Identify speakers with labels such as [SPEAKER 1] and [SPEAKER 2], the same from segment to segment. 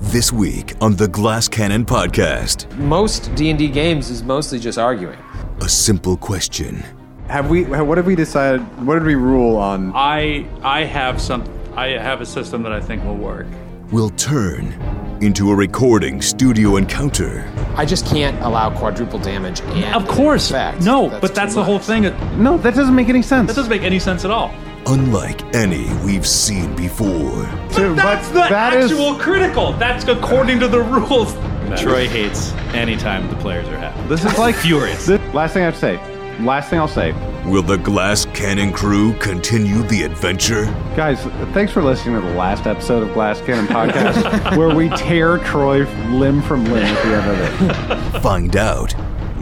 [SPEAKER 1] This week on the Glass Cannon Podcast,
[SPEAKER 2] most d&d games is mostly just arguing
[SPEAKER 1] a simple question.
[SPEAKER 3] Have we? ha- What have we decided? What did we rule on?
[SPEAKER 4] I I have some I have a system that I think will work.
[SPEAKER 1] will turn into a recording studio encounter.
[SPEAKER 2] i just can't allow quadruple damage and
[SPEAKER 4] Of course.
[SPEAKER 2] fact,
[SPEAKER 4] no,
[SPEAKER 2] that's
[SPEAKER 4] but that's
[SPEAKER 2] too
[SPEAKER 4] the whole
[SPEAKER 2] much.
[SPEAKER 4] thing. That
[SPEAKER 3] No, that doesn't make any sense.
[SPEAKER 4] doesn't make any sense at all.
[SPEAKER 1] Unlike any we've seen before,
[SPEAKER 3] Dude,
[SPEAKER 4] That's the
[SPEAKER 3] but that is-
[SPEAKER 4] actual critical. That's according to the rules.
[SPEAKER 5] Troy hates anytime the players are happy.
[SPEAKER 3] this is like
[SPEAKER 5] Furious.
[SPEAKER 3] This, last thing I have to say. Last thing I'll say,
[SPEAKER 1] will the Glass Cannon crew continue the adventure?
[SPEAKER 3] guys. Thanks for listening to the last episode of Glass Cannon Podcast, where we tear Troy limb from limb at the end of it.
[SPEAKER 1] Find out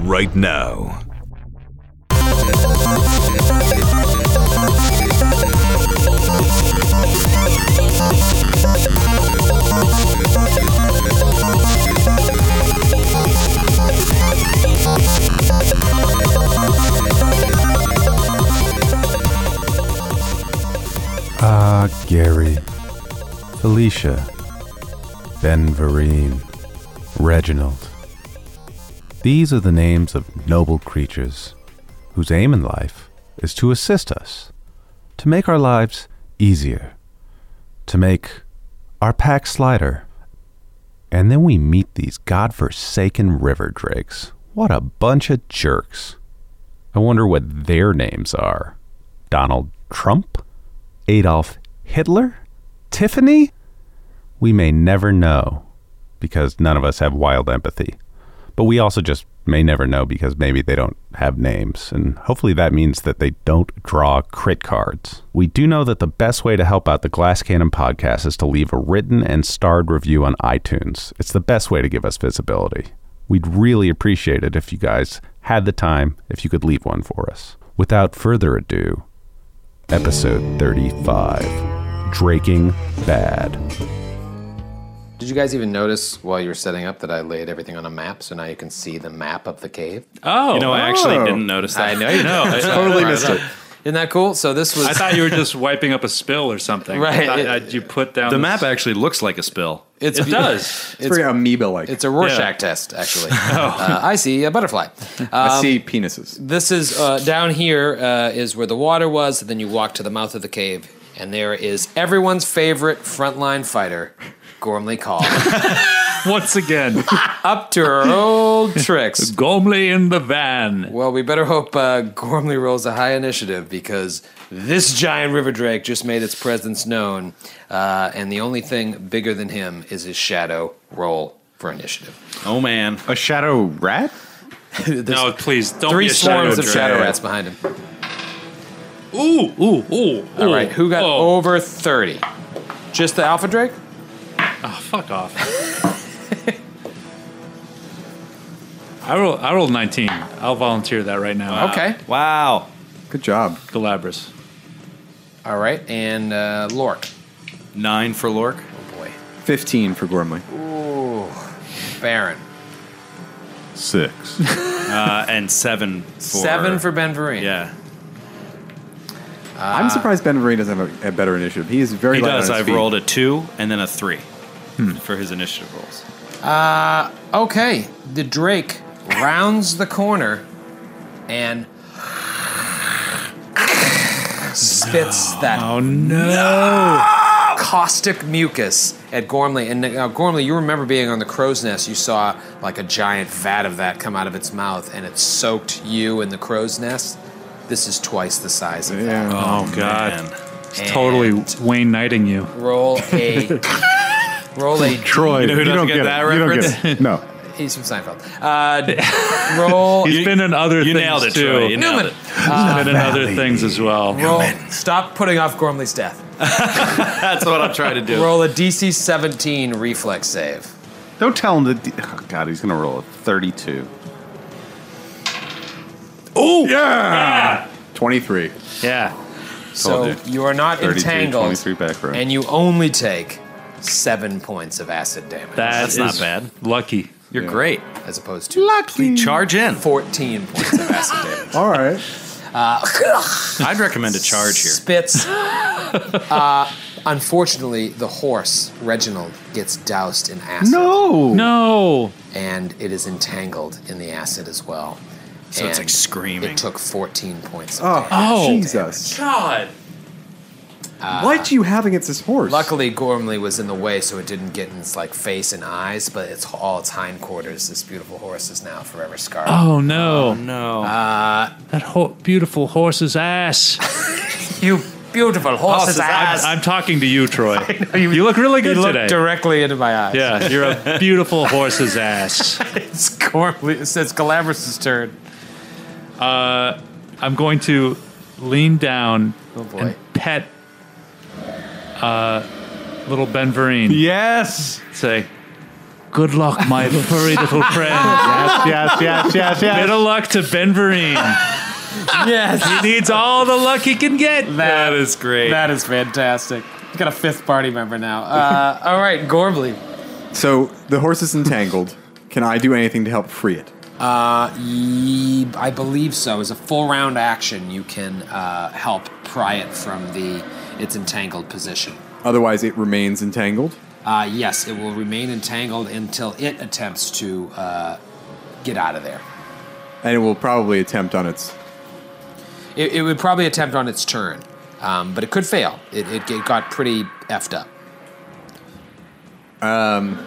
[SPEAKER 1] right now.
[SPEAKER 6] Ah, Gary, Felicia, Ben Vereen, Reginald. These are the names of noble creatures whose aim in life is to assist us, to make our lives easier, to make our pack slider. And then we meet these godforsaken river drakes. What a bunch of jerks. I wonder what their names are. Donald Trump? Adolf Hitler? Tiffany? We may never know because none of us have wild empathy. But we also just may never know because maybe they don't have names. And hopefully that means that they don't draw crit cards. We do know that the best way to help out the Glass Cannon podcast is to leave a written and starred review on iTunes. It's the best way to give us visibility. We'd really appreciate it if you guys had the time, if you could leave one for us. Without further ado, episode 35 Draking Bad.
[SPEAKER 2] did you guys even notice while you were setting up that i laid everything on a map so now you can see the map of the cave
[SPEAKER 4] Oh,
[SPEAKER 5] You know, I actually didn't notice that.
[SPEAKER 2] i know you know
[SPEAKER 4] I
[SPEAKER 2] totally missed it isn't that cool so this was
[SPEAKER 4] I thought you were just wiping up a spill or something.
[SPEAKER 2] Right.
[SPEAKER 4] I thought that you put down
[SPEAKER 5] The
[SPEAKER 4] this-
[SPEAKER 5] map actually looks like a spill.
[SPEAKER 2] it's,
[SPEAKER 4] It does.
[SPEAKER 2] it's,
[SPEAKER 7] very amoeba like.
[SPEAKER 2] it's a rorschach
[SPEAKER 4] Yeah.
[SPEAKER 2] test actually uh, i see a butterfly Um,
[SPEAKER 7] I see penises.
[SPEAKER 2] this is uh, down here uh, is where the water was and then you walk to the mouth of the cave and there is everyone's favorite frontline fighter gormley call
[SPEAKER 4] Once again,
[SPEAKER 2] up to her old tricks
[SPEAKER 4] Gormley in the van.
[SPEAKER 2] Well, we better hope uh, Gormley rolls a high initiative because this giant river drake just made its presence known, uh, and the only thing bigger than him is his shadow. Roll for initiative.
[SPEAKER 5] Oh man.
[SPEAKER 3] A shadow rat?
[SPEAKER 4] No, please don't
[SPEAKER 2] Three
[SPEAKER 4] be a shadow
[SPEAKER 2] swarms of
[SPEAKER 4] drake.
[SPEAKER 2] shadow rats behind him.
[SPEAKER 4] Ooh, ooh, ooh.
[SPEAKER 2] All right, who got
[SPEAKER 4] Oh,
[SPEAKER 2] over thirty? Just the alpha drake.
[SPEAKER 4] fuck off. I rolled, I rolled 19. I'll volunteer that right now.
[SPEAKER 2] Okay.
[SPEAKER 5] Wow.
[SPEAKER 7] Good job.
[SPEAKER 4] Galabras.
[SPEAKER 2] All right, and uh, Lork. Oh,
[SPEAKER 5] Nine for Lork.
[SPEAKER 2] Boy,
[SPEAKER 7] 15 for Gormley.
[SPEAKER 2] Baron.
[SPEAKER 6] Six.
[SPEAKER 5] Uh, and seven for
[SPEAKER 2] Seven for Ben Vereen.
[SPEAKER 5] Yeah.
[SPEAKER 4] Uh,
[SPEAKER 7] I'm surprised Ben Vereen doesn't have a, a better initiative. He is very
[SPEAKER 5] He
[SPEAKER 7] light
[SPEAKER 5] does.
[SPEAKER 7] on his
[SPEAKER 5] I've
[SPEAKER 7] feet. Hmm.
[SPEAKER 5] rolled a two and then a three for his initiative rolls.
[SPEAKER 2] Okay, the Drake rounds the corner and spits that
[SPEAKER 4] Oh, no. Oh,
[SPEAKER 2] caustic mucus at Gormley. And now, Gormley, you remember being on the crow's nest, you saw like a giant vat of that come out of its mouth and it soaked you and the crow's nest. This is twice the size of that.
[SPEAKER 7] Yeah.
[SPEAKER 4] Oh, God.
[SPEAKER 5] Man.
[SPEAKER 2] And
[SPEAKER 4] Totally Wayne Knighting you.
[SPEAKER 2] Roll a. roll a.
[SPEAKER 3] Troy, you,
[SPEAKER 5] know who doesn't
[SPEAKER 3] don't
[SPEAKER 5] get
[SPEAKER 3] get
[SPEAKER 5] that
[SPEAKER 3] it. You don't get it. No.
[SPEAKER 2] He's from Seinfeld. Uh, roll.
[SPEAKER 4] He's been in other
[SPEAKER 5] You
[SPEAKER 4] things
[SPEAKER 5] nailed it,
[SPEAKER 4] too.
[SPEAKER 5] Troy. You nailed
[SPEAKER 2] Newman. Ah.
[SPEAKER 5] it.
[SPEAKER 4] He's been in other things as well.
[SPEAKER 2] Roll. Stop putting off Gormley's death.
[SPEAKER 5] That's what I'm trying to do.
[SPEAKER 2] Roll a DC 17 reflex save.
[SPEAKER 6] Don't tell him that. Oh God, he's going to roll a 32.
[SPEAKER 7] 23.
[SPEAKER 4] Yeah.
[SPEAKER 2] So
[SPEAKER 6] dude.
[SPEAKER 2] you are not
[SPEAKER 6] 32,
[SPEAKER 2] entangled,
[SPEAKER 6] 23 back row.
[SPEAKER 2] and you only take seven points of acid damage,
[SPEAKER 4] That
[SPEAKER 5] That's not
[SPEAKER 4] is
[SPEAKER 5] bad.
[SPEAKER 4] Lucky.
[SPEAKER 5] You're great.
[SPEAKER 2] as opposed to
[SPEAKER 5] Charge in.
[SPEAKER 2] 14 points of acid damage.
[SPEAKER 7] All right.
[SPEAKER 5] I'd recommend a charge here.
[SPEAKER 2] Spits uh, Unfortunately, the horse, Reginald, gets doused in acid.
[SPEAKER 6] No.
[SPEAKER 4] No.
[SPEAKER 2] And it is entangled in the acid as well.
[SPEAKER 8] So it's, like,
[SPEAKER 2] And
[SPEAKER 8] screaming.
[SPEAKER 2] It took 14 points. of
[SPEAKER 7] Oh,
[SPEAKER 2] damage.
[SPEAKER 7] Jesus.
[SPEAKER 4] God.
[SPEAKER 7] Why do you have against this horse?
[SPEAKER 2] Luckily, Gormley was in the way, so it didn't get in its like face and eyes, but it's all its hindquarters. This beautiful horse is now forever scarred.
[SPEAKER 4] Oh no. Uh,
[SPEAKER 8] No.
[SPEAKER 4] That ho- beautiful horse's ass.
[SPEAKER 2] You beautiful horse's ass!
[SPEAKER 4] I'm, I'm talking to you, Troy. you, look really
[SPEAKER 2] you
[SPEAKER 4] good
[SPEAKER 2] look
[SPEAKER 4] today.
[SPEAKER 2] directly into my eyes.
[SPEAKER 4] yeah, you're a beautiful horse's ass.
[SPEAKER 2] It's Gormley. It's, it's Galabras' turn.
[SPEAKER 4] I'm going to lean down
[SPEAKER 2] Oh boy.
[SPEAKER 4] and pet uh, little Ben Vereen.
[SPEAKER 6] Yes.
[SPEAKER 4] Say, good luck, my furry little friend.
[SPEAKER 6] Yes. Yes. Yes. Yes.
[SPEAKER 4] Bit
[SPEAKER 6] Yes.
[SPEAKER 4] of luck to Ben Vereen.
[SPEAKER 2] yes.
[SPEAKER 4] He needs all the luck he can get.
[SPEAKER 2] That
[SPEAKER 4] is great.
[SPEAKER 2] That is fantastic. You got a fifth party member now. Uh, all right, Gormley.
[SPEAKER 7] So the horse is entangled. Can I do anything to help free it?
[SPEAKER 2] Ye- I believe so. As a full round action, you can uh, help pry it from the its entangled position.
[SPEAKER 7] Otherwise, it remains entangled.
[SPEAKER 2] Uh, yes, it will remain entangled until it attempts to uh, get out of there.
[SPEAKER 7] And it will probably attempt on its.
[SPEAKER 2] It, it would probably attempt on its turn, um, but it could fail. It, it, it got pretty effed up. Um,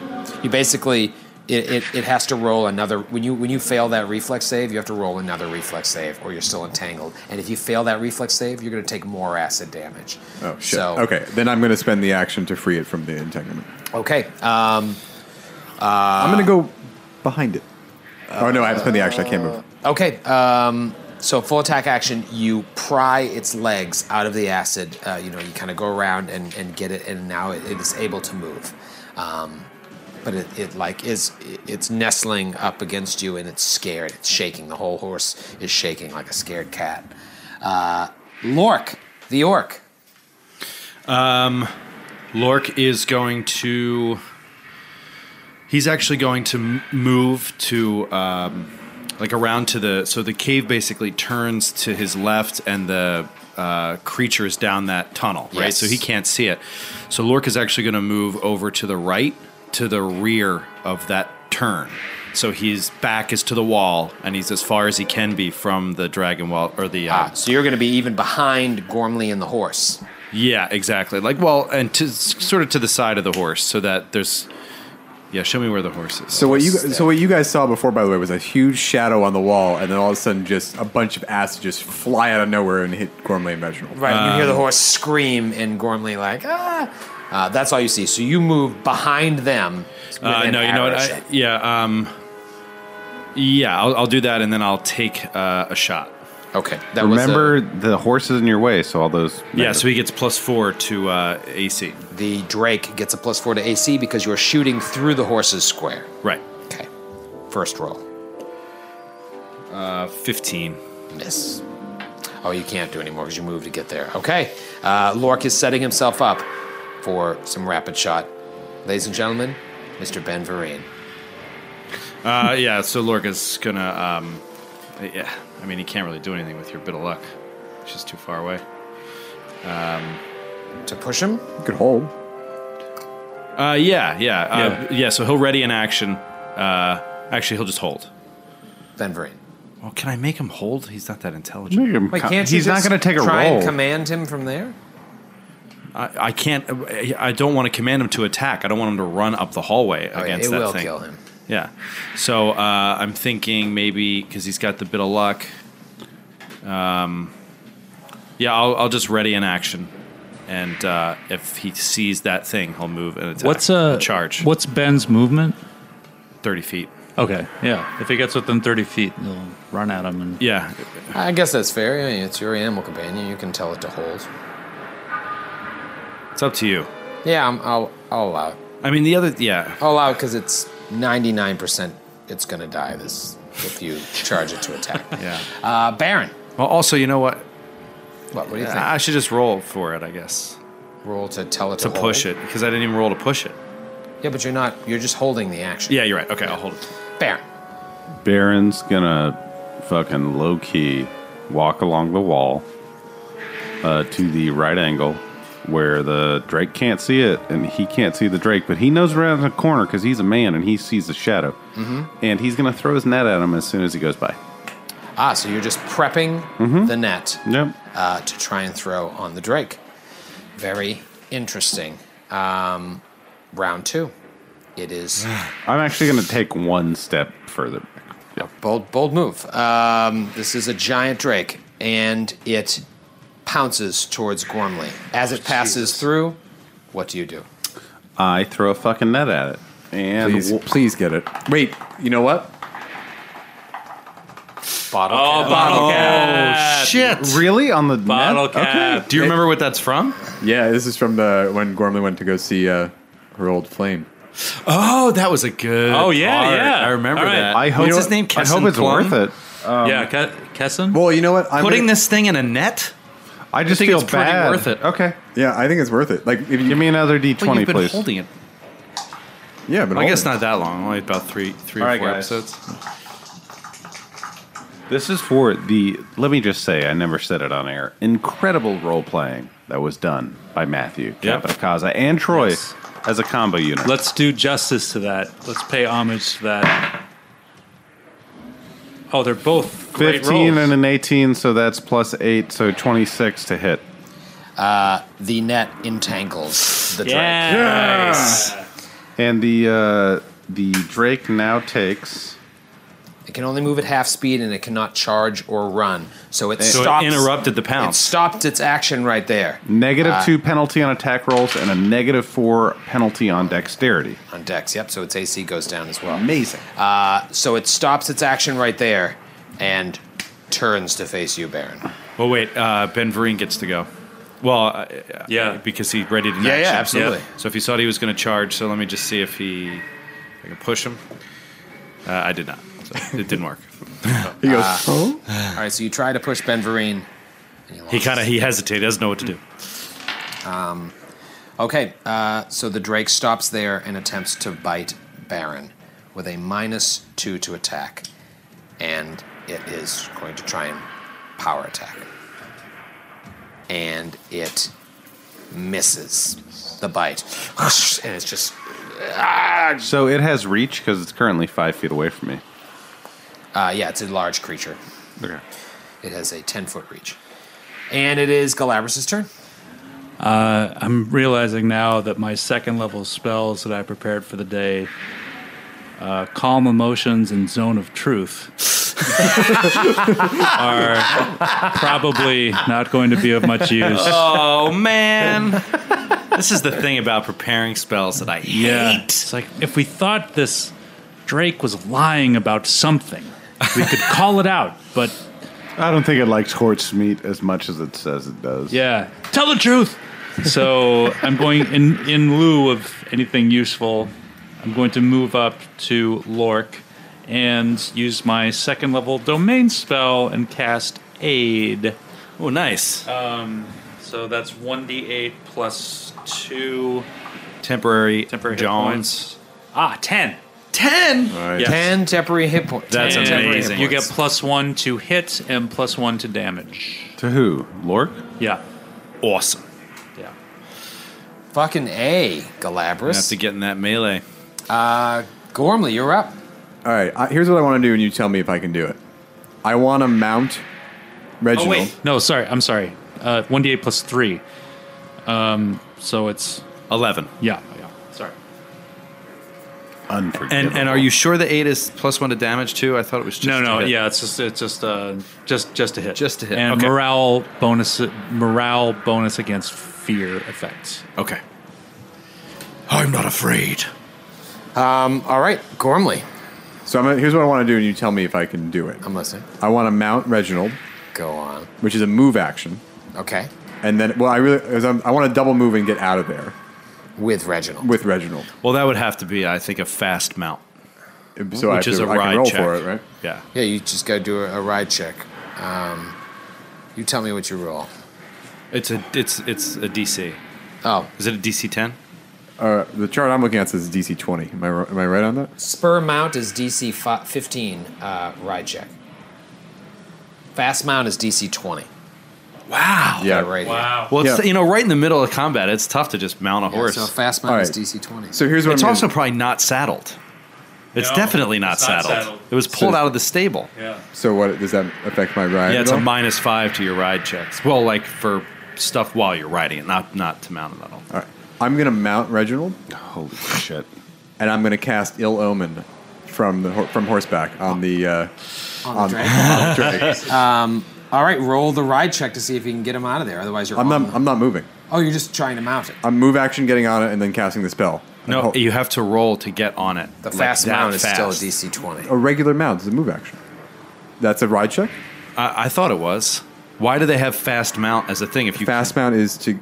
[SPEAKER 2] you basically it, it, it has to roll another when you when you fail that reflex save, you have to roll another reflex save, or you're still entangled. And if you fail that reflex save, you're going to take more acid damage.
[SPEAKER 7] Oh, shit.
[SPEAKER 2] So,
[SPEAKER 7] okay, then I'm going to spend the action to free it from the entanglement.
[SPEAKER 2] Okay. Um,
[SPEAKER 7] I'm going to go behind it. oh, no, I have to spend the action. I can't move.
[SPEAKER 2] Okay. Um, so full attack action. You pry its legs out of the acid. Uh, you know, you kind of go around and, and get it, and now it, it is able to move. Um, but it, it like is it- it's nestling up against you, and it's scared. It's shaking. The whole horse is shaking like a scared cat. Uh, Lork, the orc.
[SPEAKER 8] Lork is going to. He's actually going to m- move to um, like around to the so the cave basically turns to his left and the uh, creature is down that tunnel right
[SPEAKER 2] Yes.
[SPEAKER 8] so he can't see it. So Lork is actually going to move over to the right to the rear of that turn. So his back is to the wall and he's as far as he can be from the dragon wall or the uh,
[SPEAKER 2] Ah, so you're going to be even behind Gormley and the horse.
[SPEAKER 8] yeah, exactly. Like, well, and to sort of to the side of the horse, so that there's. Yeah, show me where the horse is.
[SPEAKER 7] So what you so what you guys saw before, by the way, was a huge shadow on the wall, and then all of a sudden, just a bunch of acid just fly out of nowhere and hit Gormley and Reginald.
[SPEAKER 2] Right. you hear the horse scream, and Gormley like ah. Uh, that's all you see. So you move behind them.
[SPEAKER 8] uh,
[SPEAKER 2] within
[SPEAKER 8] no, you know what?
[SPEAKER 2] arrow
[SPEAKER 8] I,
[SPEAKER 2] shot.
[SPEAKER 8] yeah, um, yeah, I'll, I'll do that, and then I'll take uh, a shot.
[SPEAKER 2] Okay. That
[SPEAKER 6] Remember
[SPEAKER 2] was
[SPEAKER 6] the horses in your way, so all those.
[SPEAKER 8] Yeah, so he gets plus four to uh, AC.
[SPEAKER 2] uh, the Drake gets a plus four to AC because you're shooting through the horse's square.
[SPEAKER 8] Right,
[SPEAKER 2] Okay. First roll.
[SPEAKER 8] uh, fifteen.
[SPEAKER 2] Miss. Oh, you can't do anymore because you moved to get there. Okay. Uh, Lork is setting himself up for some rapid shot. Ladies and gentlemen, Mr. Ben Vereen.
[SPEAKER 8] Uh, yeah, so Lorca's gonna. Um, yeah, I mean, he can't really do anything with your bit of luck. It's just too far away.
[SPEAKER 2] To push him?
[SPEAKER 7] Good hold.
[SPEAKER 8] Uh, yeah, yeah, uh, yeah. So he'll ready in action. Uh, actually, he'll just hold.
[SPEAKER 2] Ben Vereen.
[SPEAKER 8] Well, can I make him hold? He's not that intelligent.
[SPEAKER 6] Wait,
[SPEAKER 2] Wait, can't you
[SPEAKER 6] He's not
[SPEAKER 2] just
[SPEAKER 6] going to take a
[SPEAKER 2] try
[SPEAKER 6] roll.
[SPEAKER 2] and command him from there?
[SPEAKER 8] I, I can't. I I don't want to command him to attack. I don't want him to run up the hallway
[SPEAKER 2] Oh, yeah,
[SPEAKER 8] against
[SPEAKER 2] it
[SPEAKER 8] that
[SPEAKER 2] will
[SPEAKER 8] thing.
[SPEAKER 2] kill him.
[SPEAKER 8] Yeah. So uh, I'm thinking maybe because he's got the bit of luck. Um, yeah, I'll, I'll just ready in action, and uh, if he sees that thing, he'll move and attack.
[SPEAKER 4] What's uh,
[SPEAKER 8] and charge?
[SPEAKER 4] What's Ben's movement?
[SPEAKER 8] thirty feet?
[SPEAKER 4] Okay, yeah. If he gets within 30 feet, he'll run at him. And
[SPEAKER 8] Yeah.
[SPEAKER 2] I guess that's fair. I mean, it's your animal companion. You can tell it to hold.
[SPEAKER 8] It's up to you.
[SPEAKER 2] Yeah, I'm, I'll, I'll allow it.
[SPEAKER 8] I mean, the other yeah.
[SPEAKER 2] I'll allow it because it's 99% it's going to die this if you charge it to attack.
[SPEAKER 8] Yeah.
[SPEAKER 2] Uh, Baron,
[SPEAKER 8] Well, also, you know what?
[SPEAKER 2] what, what do you think?
[SPEAKER 8] I should just roll for it, I guess,
[SPEAKER 2] Roll to tell it
[SPEAKER 8] to
[SPEAKER 2] to,
[SPEAKER 8] push it because I didn't even roll to push it.
[SPEAKER 2] Yeah, but you're not. You're just holding the action.
[SPEAKER 8] Yeah, you're right. Okay, I'll hold it.
[SPEAKER 2] Baron.
[SPEAKER 9] Baron's gonna fucking low key walk along the wall uh, to the right angle
[SPEAKER 6] where the Drake can't see it and he can't see the Drake, but he knows around the corner because he's a man and he sees the shadow. And he's going to throw his net at him as soon as he goes by.
[SPEAKER 2] Ah, so you're just prepping
[SPEAKER 8] Mm-hmm.
[SPEAKER 2] the net
[SPEAKER 6] Yep.
[SPEAKER 2] uh, to try and throw on the Drake. Very interesting. Um, round two. It is
[SPEAKER 6] I'm actually going to take one step further. back. Yep.
[SPEAKER 2] bold, bold move. Um, this is a giant Drake, and it pounces towards Gormley. As it passes through, what do you do?
[SPEAKER 6] I throw a fucking net at it. And
[SPEAKER 7] Please,
[SPEAKER 6] w-
[SPEAKER 7] please get it. Wait, you know what?
[SPEAKER 2] Bottle.
[SPEAKER 4] Oh, bottle cap.
[SPEAKER 8] Shit.
[SPEAKER 6] really on the
[SPEAKER 4] Bottle
[SPEAKER 6] net?
[SPEAKER 4] cap.
[SPEAKER 8] Do you remember what that's from?
[SPEAKER 7] Yeah, this is from the when Gormley went to go see uh, her old flame.
[SPEAKER 8] Oh, that was a good.
[SPEAKER 4] Oh, yeah,
[SPEAKER 8] part.
[SPEAKER 4] yeah.
[SPEAKER 8] I remember
[SPEAKER 4] All right.
[SPEAKER 8] that.
[SPEAKER 6] I hope
[SPEAKER 8] What's his name?
[SPEAKER 6] I hope
[SPEAKER 8] Kessin
[SPEAKER 6] it's
[SPEAKER 8] Plum?
[SPEAKER 6] worth it.
[SPEAKER 4] yeah, Ke- Kessin?
[SPEAKER 7] Well, you know what? I'm
[SPEAKER 8] Putting
[SPEAKER 7] gonna-
[SPEAKER 8] this thing in a net.
[SPEAKER 6] I just
[SPEAKER 8] think
[SPEAKER 6] feel
[SPEAKER 8] it's pretty
[SPEAKER 6] bad.
[SPEAKER 8] worth it.
[SPEAKER 6] Okay,
[SPEAKER 7] Yeah, I think it's worth it. Like if you,
[SPEAKER 6] give me another
[SPEAKER 8] But
[SPEAKER 6] D20,
[SPEAKER 8] you've been
[SPEAKER 6] please.
[SPEAKER 8] holding it.
[SPEAKER 7] yeah, but
[SPEAKER 8] I guess not that long. Only about three, three
[SPEAKER 6] All
[SPEAKER 8] or
[SPEAKER 6] right,
[SPEAKER 8] four
[SPEAKER 6] guys.
[SPEAKER 8] episodes.
[SPEAKER 6] This is for the. Let me just say, I never said it on air. Incredible role playing that was done by Matthew
[SPEAKER 4] Yep.
[SPEAKER 6] Capitakaza and Troy
[SPEAKER 4] Yes.
[SPEAKER 6] as a combo unit.
[SPEAKER 4] Let's do justice to that. Let's pay homage to that. Oh, they're both great
[SPEAKER 6] 15
[SPEAKER 4] rolls.
[SPEAKER 6] and an 18, so that's plus eight, so 26 to hit.
[SPEAKER 2] The net entangles the Drake.
[SPEAKER 4] yeah. Nice.
[SPEAKER 6] And the uh, the Drake now takes.
[SPEAKER 2] It can only move at half speed, and it cannot charge or run. So it
[SPEAKER 8] So
[SPEAKER 2] stops.
[SPEAKER 8] it interrupted the
[SPEAKER 2] It
[SPEAKER 8] pounce.
[SPEAKER 2] stopped its action right there
[SPEAKER 6] Negative
[SPEAKER 4] Ah.
[SPEAKER 6] two penalty on attack rolls and a negative four penalty on dexterity.
[SPEAKER 2] on Dex. Yep. So its AC goes down as well.
[SPEAKER 6] Amazing.
[SPEAKER 2] So it stops its action right there and turns to face you, Baron.
[SPEAKER 8] Well, wait. Uh, ben Vereen gets to go. Well, uh,
[SPEAKER 4] Yeah.
[SPEAKER 8] because he ready to.
[SPEAKER 2] yeah, absolutely.
[SPEAKER 8] So if he thought he was going to charge, so let me just see if he, if I can push him. Uh, I did not. So it didn't work.
[SPEAKER 7] He goes,
[SPEAKER 8] Uh,
[SPEAKER 7] oh?
[SPEAKER 2] All right. So you try to push Ben Vereen. and you
[SPEAKER 8] He
[SPEAKER 2] lost.
[SPEAKER 8] kind of he hesitated. Doesn't know what to do.
[SPEAKER 2] Okay. Uh, so the Drake stops there and attempts to bite Baron with a minus two to attack, and it is going to try and power attack, and it misses the bite, and it's just
[SPEAKER 4] Ah.
[SPEAKER 6] So it has reach because it's currently five feet away from me.
[SPEAKER 2] uh, yeah, it's a large creature.
[SPEAKER 6] Okay.
[SPEAKER 2] It has a ten foot reach, and it is Galabras' turn.
[SPEAKER 4] I'm realizing now that my second level spells that I prepared for the day, uh, Calm Emotions and Zone of Truth, are probably not going to be of much use.
[SPEAKER 8] Oh man, this is the thing about preparing spells that I hate.
[SPEAKER 4] Yeah. It's like if we thought this Drake was lying about something, we could call it out. But
[SPEAKER 6] I don't think it likes horse meat as much as it says it does.
[SPEAKER 4] yeah, tell the truth. So I'm going in in lieu of anything useful. I'm going to move up to Lork and use my second level domain spell and cast Aid.
[SPEAKER 8] Oh, nice.
[SPEAKER 4] So that's one d8 plus two
[SPEAKER 8] temporary.
[SPEAKER 4] temporary hit
[SPEAKER 8] Jones.
[SPEAKER 4] points. Ah, ten.
[SPEAKER 8] Ten.
[SPEAKER 4] Yes.
[SPEAKER 2] Ten temporary hit points.
[SPEAKER 8] That's
[SPEAKER 2] Ten temporary hit
[SPEAKER 8] amazing.
[SPEAKER 4] You get
[SPEAKER 2] points.
[SPEAKER 4] plus one to hit and plus one to damage.
[SPEAKER 6] To who? Lork?
[SPEAKER 4] Yeah.
[SPEAKER 8] Awesome.
[SPEAKER 4] Yeah.
[SPEAKER 2] fucking a
[SPEAKER 8] I have
[SPEAKER 2] Galabras.
[SPEAKER 8] to get in that melee.
[SPEAKER 2] Gormley, you're up.
[SPEAKER 7] All right, I, here's what I want to do, and you tell me if I can do it. I want to mount Reginald.
[SPEAKER 8] Oh,
[SPEAKER 4] No, sorry. I'm sorry. Uh, 1d8 plus three. Um, so it's
[SPEAKER 8] Eleven.
[SPEAKER 4] yeah. Yeah. Sorry.
[SPEAKER 6] Unforgivable.
[SPEAKER 8] And and are you sure the eight is plus one to damage too? I thought it was just
[SPEAKER 4] no, no,
[SPEAKER 8] to hit.
[SPEAKER 4] yeah, it's just it's just uh, just just a hit,
[SPEAKER 8] Just a hit,
[SPEAKER 4] and
[SPEAKER 8] okay.
[SPEAKER 4] morale bonus morale bonus against fear effects.
[SPEAKER 8] Okay. I'm not afraid.
[SPEAKER 2] Um, all right, Gormley.
[SPEAKER 7] So I'm gonna, here's what I want to do, and you tell me if I can do it.
[SPEAKER 2] I'm listening.
[SPEAKER 7] I want to mount Reginald,
[SPEAKER 2] Go on.
[SPEAKER 7] which is a move action,
[SPEAKER 2] Okay.
[SPEAKER 7] and then well, I really 'cause I'm, I want to double move and get out of there
[SPEAKER 2] With Reginald.
[SPEAKER 7] with Reginald.
[SPEAKER 8] Well, that would have to be, I think, a fast mount,
[SPEAKER 7] So I, have
[SPEAKER 8] which is
[SPEAKER 7] to,
[SPEAKER 8] a
[SPEAKER 7] I
[SPEAKER 8] ride
[SPEAKER 7] can roll
[SPEAKER 8] check.
[SPEAKER 7] for it, right?
[SPEAKER 8] Yeah.
[SPEAKER 2] yeah, you just got to do a, a ride check. Um, you tell me what you roll.
[SPEAKER 8] It's a it's it's a DC.
[SPEAKER 2] Oh,
[SPEAKER 8] Is it a DC ten?
[SPEAKER 7] Uh, the chart I'm looking at says DC 20. Am I ri- am I right on that?
[SPEAKER 2] spur mount is DC fi- 15 uh, ride check. Fast mount is DC 20.
[SPEAKER 8] Wow.
[SPEAKER 7] Yeah.
[SPEAKER 2] right here.
[SPEAKER 4] Wow.
[SPEAKER 8] Well, it's,
[SPEAKER 7] Yeah.
[SPEAKER 8] you know, right in the middle of combat, it's tough to just mount a horse.
[SPEAKER 2] So fast mount
[SPEAKER 7] All right.
[SPEAKER 2] is DC twenty.
[SPEAKER 7] So here's what
[SPEAKER 8] it's
[SPEAKER 7] I'm
[SPEAKER 8] also
[SPEAKER 7] gonna,
[SPEAKER 8] probably not saddled. It's
[SPEAKER 4] No,
[SPEAKER 8] definitely not,
[SPEAKER 4] it's not
[SPEAKER 8] saddled.
[SPEAKER 4] saddled.
[SPEAKER 8] It was pulled
[SPEAKER 7] So-
[SPEAKER 8] out of the stable.
[SPEAKER 4] Yeah.
[SPEAKER 7] so what does that affect my ride?
[SPEAKER 8] Yeah,
[SPEAKER 7] at
[SPEAKER 8] it's a
[SPEAKER 7] all?
[SPEAKER 8] minus five to your ride checks. Well, like for stuff while you're riding it, not not to mount it at all.
[SPEAKER 7] All right. I'm gonna mount Reginald,
[SPEAKER 10] Holy shit.
[SPEAKER 7] and I'm gonna cast Ill Omen from the hor- from horseback on the uh, on,
[SPEAKER 2] the
[SPEAKER 7] on the drake.
[SPEAKER 2] All right, roll the ride check to see if you can get him out of there. Otherwise, you're.
[SPEAKER 7] I'm
[SPEAKER 2] on
[SPEAKER 7] not.
[SPEAKER 2] him.
[SPEAKER 7] I'm not moving.
[SPEAKER 2] oh, you're just trying to mount it.
[SPEAKER 7] I'm move action getting on it and then casting the spell.
[SPEAKER 8] No,
[SPEAKER 7] Ho-
[SPEAKER 8] you have to roll to get on it.
[SPEAKER 2] The
[SPEAKER 8] Like
[SPEAKER 2] fast
[SPEAKER 8] that
[SPEAKER 2] mount
[SPEAKER 8] fast.
[SPEAKER 2] is still a DC twenty.
[SPEAKER 7] a regular mount is a move action. That's a ride check.
[SPEAKER 8] I, I thought it was. Why do they have fast mount as a thing? If you
[SPEAKER 7] Fast mount is to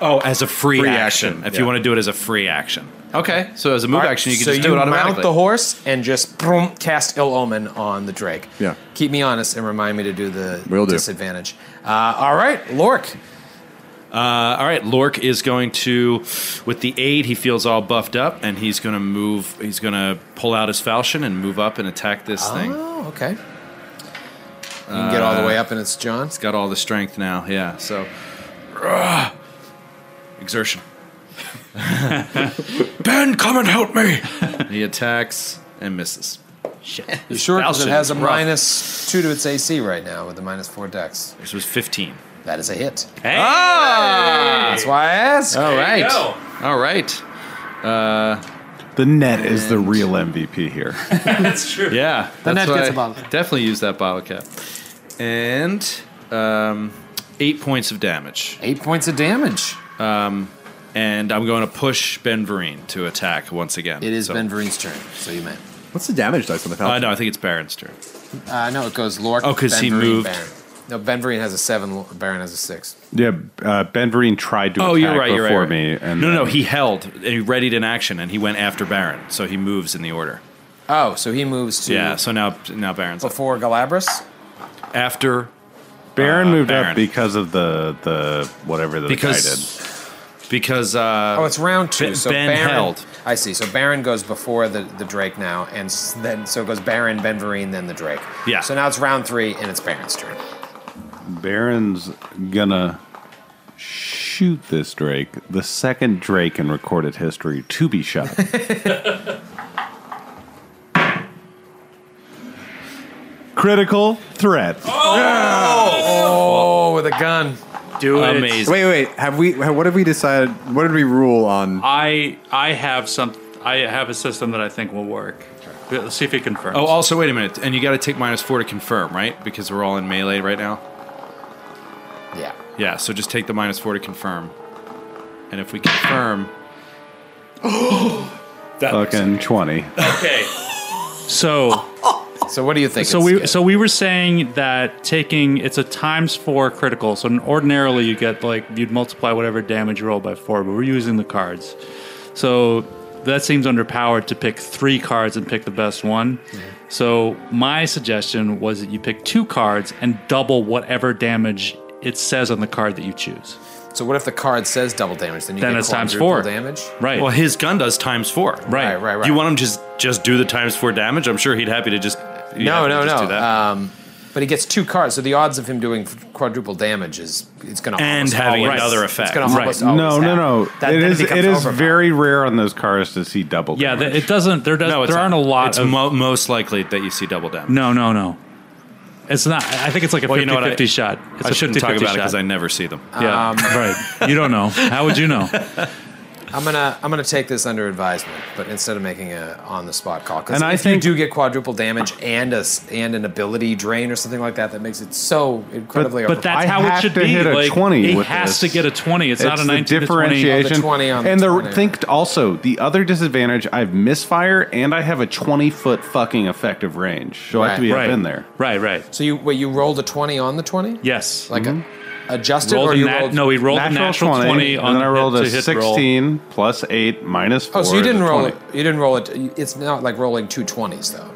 [SPEAKER 8] oh, as a free,
[SPEAKER 7] Free
[SPEAKER 8] action,
[SPEAKER 7] action,
[SPEAKER 8] If
[SPEAKER 7] yeah.
[SPEAKER 8] you want to do it as a free action, okay. So as a move
[SPEAKER 2] All right,
[SPEAKER 8] action, you can
[SPEAKER 2] so
[SPEAKER 8] just do it automatically.
[SPEAKER 2] mount the horse and just boom, cast ill omen on the drake.
[SPEAKER 7] Yeah.
[SPEAKER 2] Keep me honest and remind me to do the
[SPEAKER 7] Will do.
[SPEAKER 2] disadvantage. Uh, all right, Lork.
[SPEAKER 8] Uh, all right, Lork is going to, with the aid, he feels all buffed up, and he's going to move. He's going to pull out his falchion and move up and attack this thing.
[SPEAKER 2] Oh, okay. You can get all the way up, and it's John.
[SPEAKER 8] Uh, It's got all the strength now. Yeah. So, Ugh. exertion. ben, come and help me. he attacks and misses.
[SPEAKER 4] Shit.
[SPEAKER 2] You sure? Because it
[SPEAKER 8] Falchion
[SPEAKER 2] has a
[SPEAKER 8] is rough.
[SPEAKER 2] minus two to its AC right now with the minus four dex.
[SPEAKER 8] This was fifteen.
[SPEAKER 2] That is a hit.
[SPEAKER 4] Hey!
[SPEAKER 8] Ah!
[SPEAKER 2] That's why I asked.
[SPEAKER 8] All
[SPEAKER 4] There you
[SPEAKER 8] right.
[SPEAKER 4] go.
[SPEAKER 8] All right.
[SPEAKER 9] The net is the real MVP here.
[SPEAKER 4] That's true.
[SPEAKER 8] Yeah.
[SPEAKER 2] The net
[SPEAKER 8] that's
[SPEAKER 2] gets
[SPEAKER 8] why
[SPEAKER 2] a bottle.
[SPEAKER 8] Definitely use that bottle cap. And um, eight points of damage.
[SPEAKER 2] Eight points of damage.
[SPEAKER 8] And I'm going to push Ben Vereen to attack once again.
[SPEAKER 2] It is
[SPEAKER 8] So-
[SPEAKER 2] Ben Vereen's turn, so you may.
[SPEAKER 7] what's the damage dice on the
[SPEAKER 8] Uh,
[SPEAKER 7] falcon?
[SPEAKER 8] no, I think it's Baron's turn.
[SPEAKER 2] Uh, no, it goes Lork.
[SPEAKER 8] Oh, 'cause
[SPEAKER 2] Ben
[SPEAKER 8] he
[SPEAKER 2] Vereen,
[SPEAKER 8] moved.
[SPEAKER 2] Baron. No, Ben Vereen has a seven. Lo- Baron has a six.
[SPEAKER 9] yeah, uh, Ben Vereen tried to
[SPEAKER 8] Oh,
[SPEAKER 9] attack
[SPEAKER 8] you're right. You're
[SPEAKER 9] before
[SPEAKER 8] right.
[SPEAKER 9] me.
[SPEAKER 8] right.
[SPEAKER 9] And
[SPEAKER 8] no, no, no,
[SPEAKER 9] then-
[SPEAKER 8] he held, and he readied an action, and he went after Baron, so he moves in the order.
[SPEAKER 2] Oh, so he moves to
[SPEAKER 8] Yeah. So now, now Baron's up.
[SPEAKER 2] before Galabras.
[SPEAKER 8] after
[SPEAKER 9] Baron
[SPEAKER 8] uh,
[SPEAKER 9] moved
[SPEAKER 8] Baron.
[SPEAKER 9] up because of the the whatever the guy did.
[SPEAKER 8] because because uh,
[SPEAKER 2] Oh, it's round two.
[SPEAKER 8] Ben-
[SPEAKER 2] so
[SPEAKER 8] Ben
[SPEAKER 2] Baron,
[SPEAKER 8] held.
[SPEAKER 2] I see. So Baron goes before the, the Drake now, and s- then so it goes Baron, Ben Vereen, then the Drake.
[SPEAKER 8] Yeah.
[SPEAKER 2] So now it's round three, and it's Baron's turn.
[SPEAKER 9] Baron's gonna shoot this Drake, the second Drake in recorded history to be shot. Critical threat.
[SPEAKER 2] Oh, with a gun.
[SPEAKER 4] Do it.
[SPEAKER 8] amazing.
[SPEAKER 7] Wait, wait, wait. Have we? ha- What have we decided? What did we rule on?
[SPEAKER 4] I I have some. I have a system that I think will work. Let's see if it confirms.
[SPEAKER 8] Oh, also wait a minute, and you got to take minus four to confirm, right? Because we're all in melee right now.
[SPEAKER 2] Yeah.
[SPEAKER 8] Yeah, so just take the minus four to confirm. And if we confirm,
[SPEAKER 9] Fucking 20.
[SPEAKER 4] okay. So
[SPEAKER 2] So what do you think?
[SPEAKER 4] so
[SPEAKER 2] it's
[SPEAKER 4] we
[SPEAKER 2] good?
[SPEAKER 4] so we were saying that taking it's a times four critical. So ordinarily you get like you'd multiply whatever damage you roll by four, but we're using the cards. So that seems underpowered to pick three cards and pick the best one.
[SPEAKER 8] Mm-hmm.
[SPEAKER 4] So my suggestion was that you pick two cards and double whatever damage it says on the card that you choose.
[SPEAKER 2] So what if the card says double damage? Then you
[SPEAKER 4] Then
[SPEAKER 2] get
[SPEAKER 4] it's times
[SPEAKER 2] quadruple
[SPEAKER 4] four.
[SPEAKER 2] damage.
[SPEAKER 4] Right.
[SPEAKER 8] well, his gun does times four.
[SPEAKER 2] Right.
[SPEAKER 4] right.
[SPEAKER 2] Right. Right.
[SPEAKER 8] You want him just just do the times four damage? I'm sure he'd happy to just he'd
[SPEAKER 2] No.
[SPEAKER 8] happy to
[SPEAKER 2] No.
[SPEAKER 8] just
[SPEAKER 2] No.
[SPEAKER 8] do that.
[SPEAKER 2] Um, but he gets two cards, so the odds of him doing quadruple damage is it's going to
[SPEAKER 8] and having another effect.
[SPEAKER 2] It's going to almost
[SPEAKER 4] Right.
[SPEAKER 9] No,
[SPEAKER 2] always
[SPEAKER 9] no,
[SPEAKER 2] happen.
[SPEAKER 9] no.
[SPEAKER 2] That
[SPEAKER 9] it
[SPEAKER 2] then
[SPEAKER 9] is
[SPEAKER 2] becomes
[SPEAKER 9] it is
[SPEAKER 2] overpowered.
[SPEAKER 9] very rare on those cars to see double.
[SPEAKER 4] Yeah,
[SPEAKER 9] damage.
[SPEAKER 4] th- it doesn't. There does.
[SPEAKER 8] No, it's
[SPEAKER 4] there aren't
[SPEAKER 8] not.
[SPEAKER 4] a lot
[SPEAKER 8] It's
[SPEAKER 4] of.
[SPEAKER 8] mo- most likely that you see double damage.
[SPEAKER 4] no, no, no. It's not. I think it's like a 50-50
[SPEAKER 8] Well, you know what, I-
[SPEAKER 4] shot. It's
[SPEAKER 8] I
[SPEAKER 4] a
[SPEAKER 8] shouldn't talk
[SPEAKER 4] 50-50
[SPEAKER 8] about
[SPEAKER 4] shot.
[SPEAKER 8] it because I never see them.
[SPEAKER 4] Yeah,
[SPEAKER 9] Um,
[SPEAKER 4] right. You don't know. How would you know?
[SPEAKER 2] I'm gonna I'm gonna take this under advisement, but instead of making a on the spot call, because
[SPEAKER 9] And I
[SPEAKER 2] if
[SPEAKER 9] think-
[SPEAKER 2] you do get quadruple damage and a s- and an ability drain or something like that, that makes it so incredibly.
[SPEAKER 4] But that's
[SPEAKER 9] I
[SPEAKER 4] how it
[SPEAKER 9] have
[SPEAKER 4] should
[SPEAKER 9] to
[SPEAKER 4] be.
[SPEAKER 9] hit a
[SPEAKER 4] like,
[SPEAKER 9] 20
[SPEAKER 4] He
[SPEAKER 9] with
[SPEAKER 4] has to
[SPEAKER 9] this.
[SPEAKER 4] get a twenty. It's, not a
[SPEAKER 9] the
[SPEAKER 4] nineteen to twenty.
[SPEAKER 9] differentiation.
[SPEAKER 2] Oh, the 20 on the
[SPEAKER 9] and the
[SPEAKER 2] 20.
[SPEAKER 9] think also the other disadvantage. I have misfire and I have a twenty foot fucking effective range, so I have to be up
[SPEAKER 4] Right.
[SPEAKER 9] in there.
[SPEAKER 4] Right. Right.
[SPEAKER 2] so you wait, you rolled a twenty on the twenty.
[SPEAKER 4] Yes.
[SPEAKER 2] like a, adjusted
[SPEAKER 4] Mm-hmm. rolled
[SPEAKER 2] or
[SPEAKER 4] a
[SPEAKER 2] you
[SPEAKER 4] nat-
[SPEAKER 2] rolled
[SPEAKER 4] no, he rolled a natural twenty, on
[SPEAKER 9] and then I
[SPEAKER 4] the
[SPEAKER 9] rolled
[SPEAKER 4] hit
[SPEAKER 9] a
[SPEAKER 4] to hit roll.
[SPEAKER 9] sixteen plus eight minus four.
[SPEAKER 2] Oh, so you
[SPEAKER 9] is a
[SPEAKER 2] didn't roll
[SPEAKER 9] 20.
[SPEAKER 2] it. You didn't roll it. It's not like rolling two twenties though.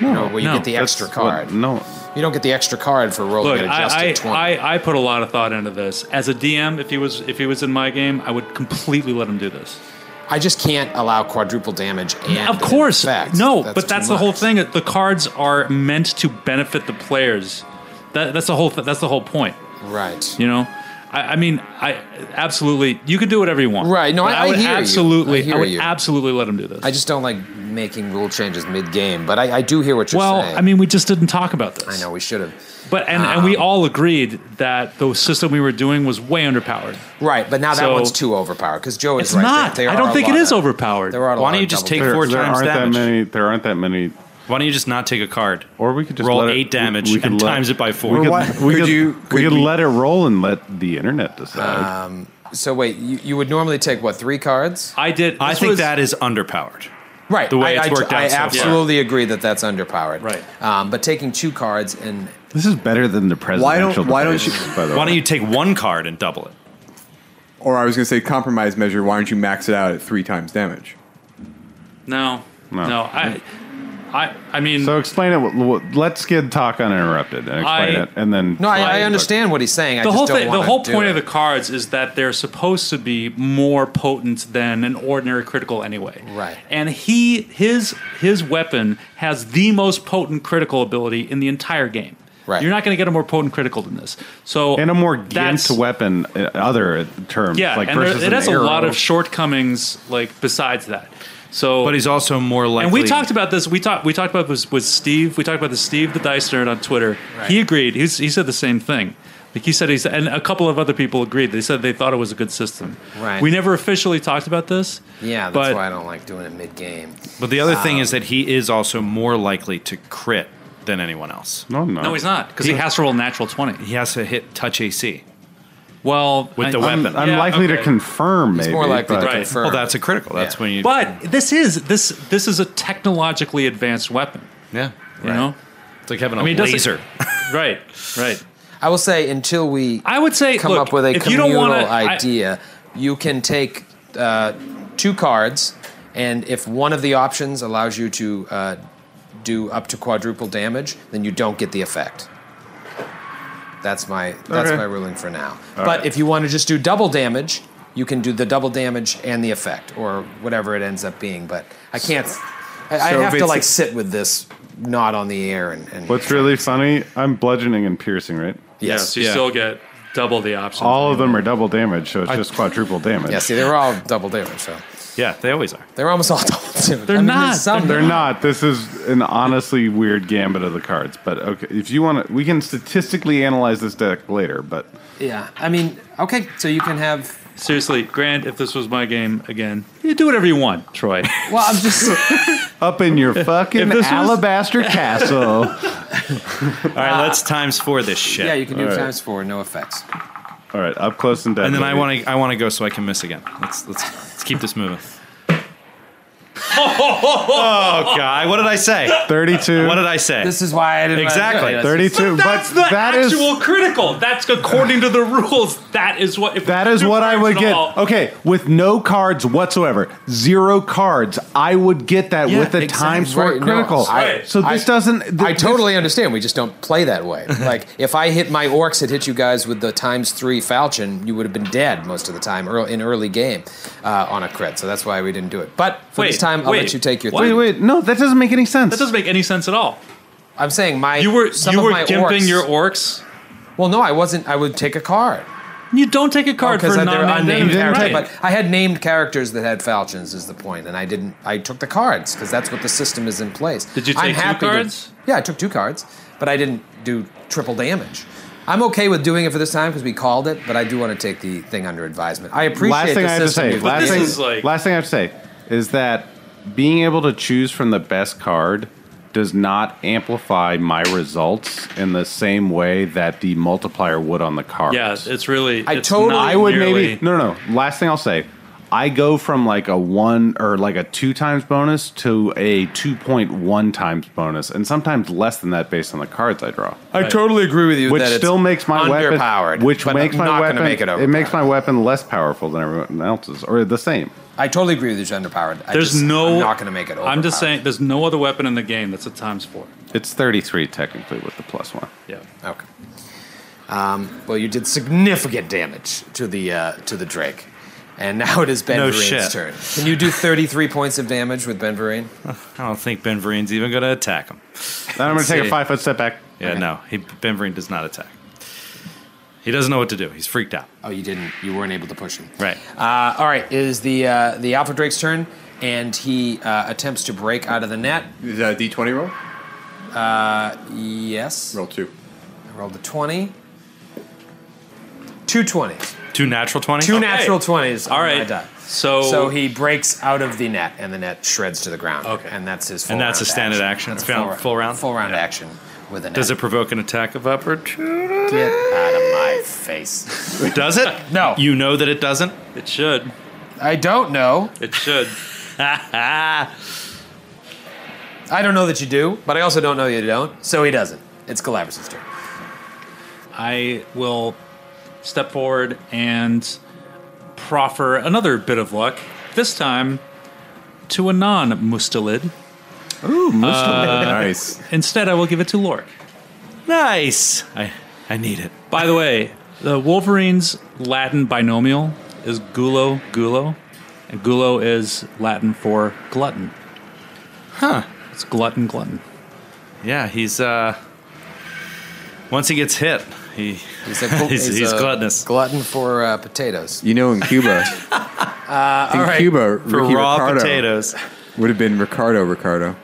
[SPEAKER 2] No, you know, where you
[SPEAKER 4] no,
[SPEAKER 2] get the
[SPEAKER 9] That's
[SPEAKER 2] extra
[SPEAKER 9] what-
[SPEAKER 2] card.
[SPEAKER 9] no,
[SPEAKER 2] You don't get the extra card for rolling
[SPEAKER 4] Look,
[SPEAKER 2] an adjusted
[SPEAKER 4] I,
[SPEAKER 2] twenty.
[SPEAKER 4] I, I, I put a lot of thought into this. As a DM, if he was if he was in my game, I would completely let him do this.
[SPEAKER 2] I just can't allow quadruple damage. And
[SPEAKER 4] of course,
[SPEAKER 2] effect.
[SPEAKER 4] no. but
[SPEAKER 2] too
[SPEAKER 4] that's the whole
[SPEAKER 2] much.
[SPEAKER 4] thing. The cards are meant to benefit the players. That, that's the whole. Th- that's the whole point.
[SPEAKER 2] Right.
[SPEAKER 4] You know, I, I mean, I absolutely you could do whatever you want.
[SPEAKER 2] Right, no,
[SPEAKER 4] But
[SPEAKER 2] I-
[SPEAKER 4] I
[SPEAKER 2] I
[SPEAKER 4] would
[SPEAKER 2] hear you. I
[SPEAKER 4] absolutely,
[SPEAKER 2] hear
[SPEAKER 4] I would
[SPEAKER 2] you.
[SPEAKER 4] absolutely let him do this.
[SPEAKER 2] I just don't like making rule changes mid-game, but I, I do hear what you're
[SPEAKER 4] well,
[SPEAKER 2] saying.
[SPEAKER 4] I mean, we just didn't talk about this.
[SPEAKER 2] I know Um, we should have.
[SPEAKER 4] But and, and we all agreed that the system we were doing was way underpowered.
[SPEAKER 2] Right, but now that
[SPEAKER 4] So-
[SPEAKER 2] one's too overpowered because Joe is
[SPEAKER 4] It's
[SPEAKER 2] right.
[SPEAKER 4] not.
[SPEAKER 2] There- there
[SPEAKER 4] I
[SPEAKER 2] are
[SPEAKER 4] don't
[SPEAKER 2] a
[SPEAKER 4] think it
[SPEAKER 2] lot
[SPEAKER 4] is
[SPEAKER 2] of-
[SPEAKER 4] overpowered.
[SPEAKER 2] There are a
[SPEAKER 8] Why
[SPEAKER 2] lot
[SPEAKER 8] don't you
[SPEAKER 2] of
[SPEAKER 8] just
[SPEAKER 2] double
[SPEAKER 8] take
[SPEAKER 2] pairs.
[SPEAKER 8] four
[SPEAKER 11] There, there
[SPEAKER 8] times
[SPEAKER 11] aren't that
[SPEAKER 8] damage.
[SPEAKER 11] many. There aren't that many.
[SPEAKER 8] Why don't you just not take a card?
[SPEAKER 6] Or we could just
[SPEAKER 8] roll
[SPEAKER 6] let it-
[SPEAKER 8] eight damage
[SPEAKER 6] we could
[SPEAKER 8] and
[SPEAKER 6] let-
[SPEAKER 8] times it by four.
[SPEAKER 6] We could,
[SPEAKER 7] what?
[SPEAKER 6] we
[SPEAKER 7] Could
[SPEAKER 6] could,
[SPEAKER 7] you-
[SPEAKER 6] we
[SPEAKER 7] could
[SPEAKER 6] could
[SPEAKER 7] we-
[SPEAKER 6] let it roll and let the internet
[SPEAKER 8] Ah.
[SPEAKER 6] decide.
[SPEAKER 2] So wait, you, you would normally take what three cards?
[SPEAKER 4] I did.
[SPEAKER 8] I
[SPEAKER 4] this
[SPEAKER 8] think
[SPEAKER 4] was-
[SPEAKER 8] that is underpowered.
[SPEAKER 2] Right.
[SPEAKER 8] The way
[SPEAKER 2] I,
[SPEAKER 8] it's
[SPEAKER 2] I tr-
[SPEAKER 8] worked out
[SPEAKER 2] I
[SPEAKER 8] so far.
[SPEAKER 2] absolutely agree that that's underpowered.
[SPEAKER 4] Right.
[SPEAKER 2] Um, but taking two cards and
[SPEAKER 6] this is better than the
[SPEAKER 7] Why don't-
[SPEAKER 6] presidential.
[SPEAKER 7] why don't
[SPEAKER 6] debates,
[SPEAKER 7] you-
[SPEAKER 6] By the
[SPEAKER 8] Why
[SPEAKER 6] way,
[SPEAKER 8] don't you take one card and double it?
[SPEAKER 7] Or I was going to say compromise measure. Why don't you max it out at three times damage?
[SPEAKER 4] No,
[SPEAKER 6] No.
[SPEAKER 4] no. I, I, I mean,
[SPEAKER 6] So explain it. w- w- Let Skid talk uninterrupted and explain
[SPEAKER 4] I-
[SPEAKER 6] it, and then
[SPEAKER 2] no, I, I
[SPEAKER 4] Right.
[SPEAKER 2] understand what he's saying. I
[SPEAKER 4] the
[SPEAKER 2] just
[SPEAKER 4] whole
[SPEAKER 2] don't
[SPEAKER 4] thing. The
[SPEAKER 2] wanna
[SPEAKER 4] whole
[SPEAKER 2] do
[SPEAKER 4] point
[SPEAKER 2] it.
[SPEAKER 4] of the cards is that they're supposed to be more potent than an ordinary critical anyway.
[SPEAKER 2] Right.
[SPEAKER 4] And he his his weapon has the most potent critical ability in the entire game.
[SPEAKER 2] Right.
[SPEAKER 4] You're not going to get a more potent critical than this. So
[SPEAKER 6] and a more
[SPEAKER 4] that's-
[SPEAKER 6] gimped weapon. uh, Other terms,
[SPEAKER 4] Yeah,
[SPEAKER 6] like
[SPEAKER 4] and there,
[SPEAKER 6] versus
[SPEAKER 4] it
[SPEAKER 6] an
[SPEAKER 4] has a lot
[SPEAKER 6] arrow.
[SPEAKER 4] of shortcomings. Like besides that, so
[SPEAKER 8] But he's also more likely.
[SPEAKER 4] and we talked about this. We talked. We talked about this with Steve. We talked about this Steve the Dice Nerd on Twitter. He agreed. He's, he said the same thing. Like he said, he's and a couple of other people agreed. They said they thought it was a good system.
[SPEAKER 2] Right.
[SPEAKER 4] We never officially talked about this.
[SPEAKER 2] yeah, that's
[SPEAKER 4] but
[SPEAKER 2] why I don't like doing it mid-game.
[SPEAKER 8] But the other thing is that he is also more likely to crit than anyone else.
[SPEAKER 6] No, no,
[SPEAKER 4] no, he's not because he, has to roll natural twenty.
[SPEAKER 8] He has to hit touch AC.
[SPEAKER 4] Well,
[SPEAKER 8] With the
[SPEAKER 6] I'm,
[SPEAKER 8] weapon.
[SPEAKER 6] I'm
[SPEAKER 4] Yeah,
[SPEAKER 6] likely to
[SPEAKER 4] okay.
[SPEAKER 6] confirm. Maybe
[SPEAKER 2] It's more likely
[SPEAKER 6] but
[SPEAKER 2] to
[SPEAKER 4] Right.
[SPEAKER 2] confirm.
[SPEAKER 8] Well, that's a critical. That's
[SPEAKER 2] Yeah.
[SPEAKER 8] when you.
[SPEAKER 4] But this is this this is a technologically advanced weapon.
[SPEAKER 8] yeah,
[SPEAKER 4] You know,
[SPEAKER 8] it's like having a
[SPEAKER 4] I mean, it doesn't-
[SPEAKER 8] laser.
[SPEAKER 4] right, right.
[SPEAKER 2] I will say until we
[SPEAKER 4] I would say
[SPEAKER 2] come
[SPEAKER 4] look,
[SPEAKER 2] up with a
[SPEAKER 4] if you don't
[SPEAKER 2] communal
[SPEAKER 4] wanna- I-
[SPEAKER 2] idea, you can take uh, two cards, and if one of the options allows you to uh, do up to quadruple damage, then you don't get the effect. That's my that's
[SPEAKER 6] Okay.
[SPEAKER 2] my ruling for now. but if you want to just do double damage, you can do the double damage and the effect, or whatever it ends up being. But I can't. I, I
[SPEAKER 7] So if
[SPEAKER 2] have to
[SPEAKER 7] it's-
[SPEAKER 2] like sit with this knot on the air and. and
[SPEAKER 6] What's really funny? I'm bludgeoning and piercing, right?
[SPEAKER 4] Yeah,
[SPEAKER 2] yes.
[SPEAKER 4] so you
[SPEAKER 8] Yeah.
[SPEAKER 4] still get double the options.
[SPEAKER 6] All of them are double damage, so it's just quadruple damage.
[SPEAKER 2] Yeah, see, they were all double damage, so.
[SPEAKER 8] yeah, they always are.
[SPEAKER 2] They're almost all double damage.
[SPEAKER 4] They're
[SPEAKER 2] I mean,
[SPEAKER 4] not.
[SPEAKER 2] there's Some
[SPEAKER 6] They're not. This is an honestly weird gambit of the cards. But okay, if you want to, we can statistically analyze this deck later. But
[SPEAKER 2] Yeah. I mean, okay, so you can have.
[SPEAKER 4] Seriously, Grant, if this was my game again, you do whatever you want, Troy.
[SPEAKER 2] Well, I'm just.
[SPEAKER 6] up in your fucking
[SPEAKER 4] this was-
[SPEAKER 6] alabaster castle.
[SPEAKER 8] All right, let's times four this shit.
[SPEAKER 2] yeah, you can do
[SPEAKER 6] Alright.
[SPEAKER 2] times four, no effects.
[SPEAKER 6] All right, up close and deadly.
[SPEAKER 8] and then I want to. I want to go so I can miss again. Let's let's let's keep this moving. oh God! What did I say?
[SPEAKER 6] thirty-two.
[SPEAKER 8] What did I say?
[SPEAKER 2] This is why I didn't.
[SPEAKER 8] Exactly.
[SPEAKER 2] Yeah, that's-
[SPEAKER 6] Thirty-two.
[SPEAKER 4] That's
[SPEAKER 6] but
[SPEAKER 4] the
[SPEAKER 6] that is-
[SPEAKER 4] actual critical. That's according to the rules. That is what. If
[SPEAKER 6] That is
[SPEAKER 4] you
[SPEAKER 6] what I
[SPEAKER 4] merge
[SPEAKER 6] would
[SPEAKER 4] it
[SPEAKER 6] get. Oh.
[SPEAKER 4] all-
[SPEAKER 6] Okay, with no cards whatsoever, zero cards, I would get that
[SPEAKER 8] Yeah,
[SPEAKER 6] with a
[SPEAKER 8] exactly.
[SPEAKER 6] times four
[SPEAKER 2] Right, no,
[SPEAKER 6] critical.
[SPEAKER 2] I-
[SPEAKER 6] so this
[SPEAKER 2] I-
[SPEAKER 6] doesn't.
[SPEAKER 2] I
[SPEAKER 6] this-
[SPEAKER 2] totally understand. We just don't play that way. Like, if I hit my orcs, it hit you guys with the times three falchion, you would have been dead most of the time early, in early game uh, on a crit. So that's why we didn't do it. But for this
[SPEAKER 4] Wait,
[SPEAKER 2] time, I'll let
[SPEAKER 4] wait,
[SPEAKER 2] you take your
[SPEAKER 4] what?
[SPEAKER 6] Wait,
[SPEAKER 2] three.
[SPEAKER 6] wait, no, that doesn't make any sense.
[SPEAKER 4] That doesn't make any sense at all.
[SPEAKER 2] I'm saying my.
[SPEAKER 4] You were
[SPEAKER 2] some
[SPEAKER 4] you
[SPEAKER 2] of
[SPEAKER 4] were
[SPEAKER 2] my
[SPEAKER 4] gimping
[SPEAKER 2] orcs-
[SPEAKER 4] your orcs.
[SPEAKER 2] Well, no, I wasn't. I would take a card.
[SPEAKER 4] You don't take a card
[SPEAKER 2] because
[SPEAKER 4] for
[SPEAKER 2] they were
[SPEAKER 4] non
[SPEAKER 2] Oh, uh, unnamed
[SPEAKER 4] named
[SPEAKER 2] characters.
[SPEAKER 4] right.
[SPEAKER 2] But I had named characters that had falchions is the point, and I didn't. I took the cards because that's what the system is in place.
[SPEAKER 4] Did you
[SPEAKER 2] I'm
[SPEAKER 4] take two
[SPEAKER 2] happy to-
[SPEAKER 4] cards?
[SPEAKER 2] yeah, I took two cards, but I didn't do triple damage. I'm okay with doing it for this time because we called it, but I do want to take the thing under advisement. I appreciate
[SPEAKER 6] last thing
[SPEAKER 2] the
[SPEAKER 6] I have to
[SPEAKER 2] system
[SPEAKER 6] say.
[SPEAKER 2] you've
[SPEAKER 6] Last
[SPEAKER 4] this
[SPEAKER 6] thing,
[SPEAKER 2] created.
[SPEAKER 4] is like-
[SPEAKER 6] last thing I have to say is that being able to choose from the best card does not amplify my results in the same way that the multiplier would on the card.
[SPEAKER 4] yeah, it's really.
[SPEAKER 2] I
[SPEAKER 4] it's
[SPEAKER 2] totally-
[SPEAKER 4] not
[SPEAKER 6] I would
[SPEAKER 4] nearly-
[SPEAKER 6] maybe no, no no. Last thing I'll say, I go from like a one or like a two times bonus to a two point one times bonus, and sometimes less than that based on the cards I draw.
[SPEAKER 7] I totally agree with you.
[SPEAKER 6] Which
[SPEAKER 7] that it's-
[SPEAKER 6] still makes my weapon
[SPEAKER 2] underpowered,
[SPEAKER 6] Which
[SPEAKER 2] but
[SPEAKER 6] makes
[SPEAKER 2] I'm
[SPEAKER 6] my
[SPEAKER 2] not gonna
[SPEAKER 6] weapon.
[SPEAKER 2] make it
[SPEAKER 6] it makes my weapon less powerful than everyone else's, or the same.
[SPEAKER 2] I totally agree with you, it's underpowered. I
[SPEAKER 4] There's
[SPEAKER 2] just-
[SPEAKER 4] no.
[SPEAKER 2] I'm not going to make it.
[SPEAKER 4] I'm just
[SPEAKER 2] overpowered.
[SPEAKER 4] saying. There's no other weapon in the game that's a times four.
[SPEAKER 6] It's thirty three technically with the plus one.
[SPEAKER 4] Yeah.
[SPEAKER 2] Okay. Um, well, you did significant damage to the uh, to the Drake, and now it is Ben
[SPEAKER 8] No
[SPEAKER 2] Vereen's
[SPEAKER 8] shit.
[SPEAKER 2] turn. Can you do thirty three points of damage with Ben Vereen?
[SPEAKER 8] I don't think Ben Vereen's even going to attack him.
[SPEAKER 6] Then I'm going to take a
[SPEAKER 8] see.
[SPEAKER 6] five foot step back.
[SPEAKER 8] Yeah, no, he, Ben Vereen does not attack. He doesn't know what to do. He's freaked out.
[SPEAKER 2] Oh, you didn't. You weren't able to push him.
[SPEAKER 8] Right.
[SPEAKER 2] Uh, all right. It is the uh, the Alpha Drake's turn, and he uh, attempts to break out of the net. Uh,
[SPEAKER 7] Is that a D20 roll?
[SPEAKER 2] Yes.
[SPEAKER 7] Roll two.
[SPEAKER 2] I rolled a twenty. Two twenties.
[SPEAKER 8] Two natural twenty.
[SPEAKER 2] Two natural twenties.
[SPEAKER 4] All
[SPEAKER 2] on
[SPEAKER 4] right.
[SPEAKER 2] my die.
[SPEAKER 4] So-
[SPEAKER 2] so he breaks out of the net, and the net shreds to the ground.
[SPEAKER 8] Okay.
[SPEAKER 2] And that's his. Full
[SPEAKER 8] And that's
[SPEAKER 2] round
[SPEAKER 8] a standard action.
[SPEAKER 2] That's a
[SPEAKER 8] Full-
[SPEAKER 2] rou-
[SPEAKER 8] full round?
[SPEAKER 2] Full round
[SPEAKER 8] Yeah.
[SPEAKER 2] action with a net.
[SPEAKER 8] Does it provoke an attack of opportunity?
[SPEAKER 2] Get out of my face.
[SPEAKER 8] Does it?
[SPEAKER 2] No.
[SPEAKER 8] You know that it doesn't.
[SPEAKER 4] It should.
[SPEAKER 2] I don't know.
[SPEAKER 4] It should.
[SPEAKER 2] I don't know that you do, but I also don't know that you don't. So he doesn't. It's Galabras' turn.
[SPEAKER 4] I will step forward and proffer another bit of luck. This time to a non-Mustalid.
[SPEAKER 7] nice.
[SPEAKER 4] Uh, Instead, I will give it to Lork.
[SPEAKER 8] Nice. I I need it.
[SPEAKER 4] By the way, the Wolverine's Latin binomial is gulo gulo, and gulo is Latin for glutton. Huh. It's glutton glutton.
[SPEAKER 8] Yeah, he's uh. Once he gets hit, he
[SPEAKER 2] He's, a gl-
[SPEAKER 8] He's- he's
[SPEAKER 2] a
[SPEAKER 8] gluttonous.
[SPEAKER 2] Glutton for uh, potatoes.
[SPEAKER 7] You know, in Cuba, in
[SPEAKER 2] right.
[SPEAKER 7] Cuba,
[SPEAKER 8] for
[SPEAKER 7] Ricky
[SPEAKER 8] raw
[SPEAKER 7] Ricardo
[SPEAKER 8] potatoes.
[SPEAKER 7] would have been Ricardo Ricardo.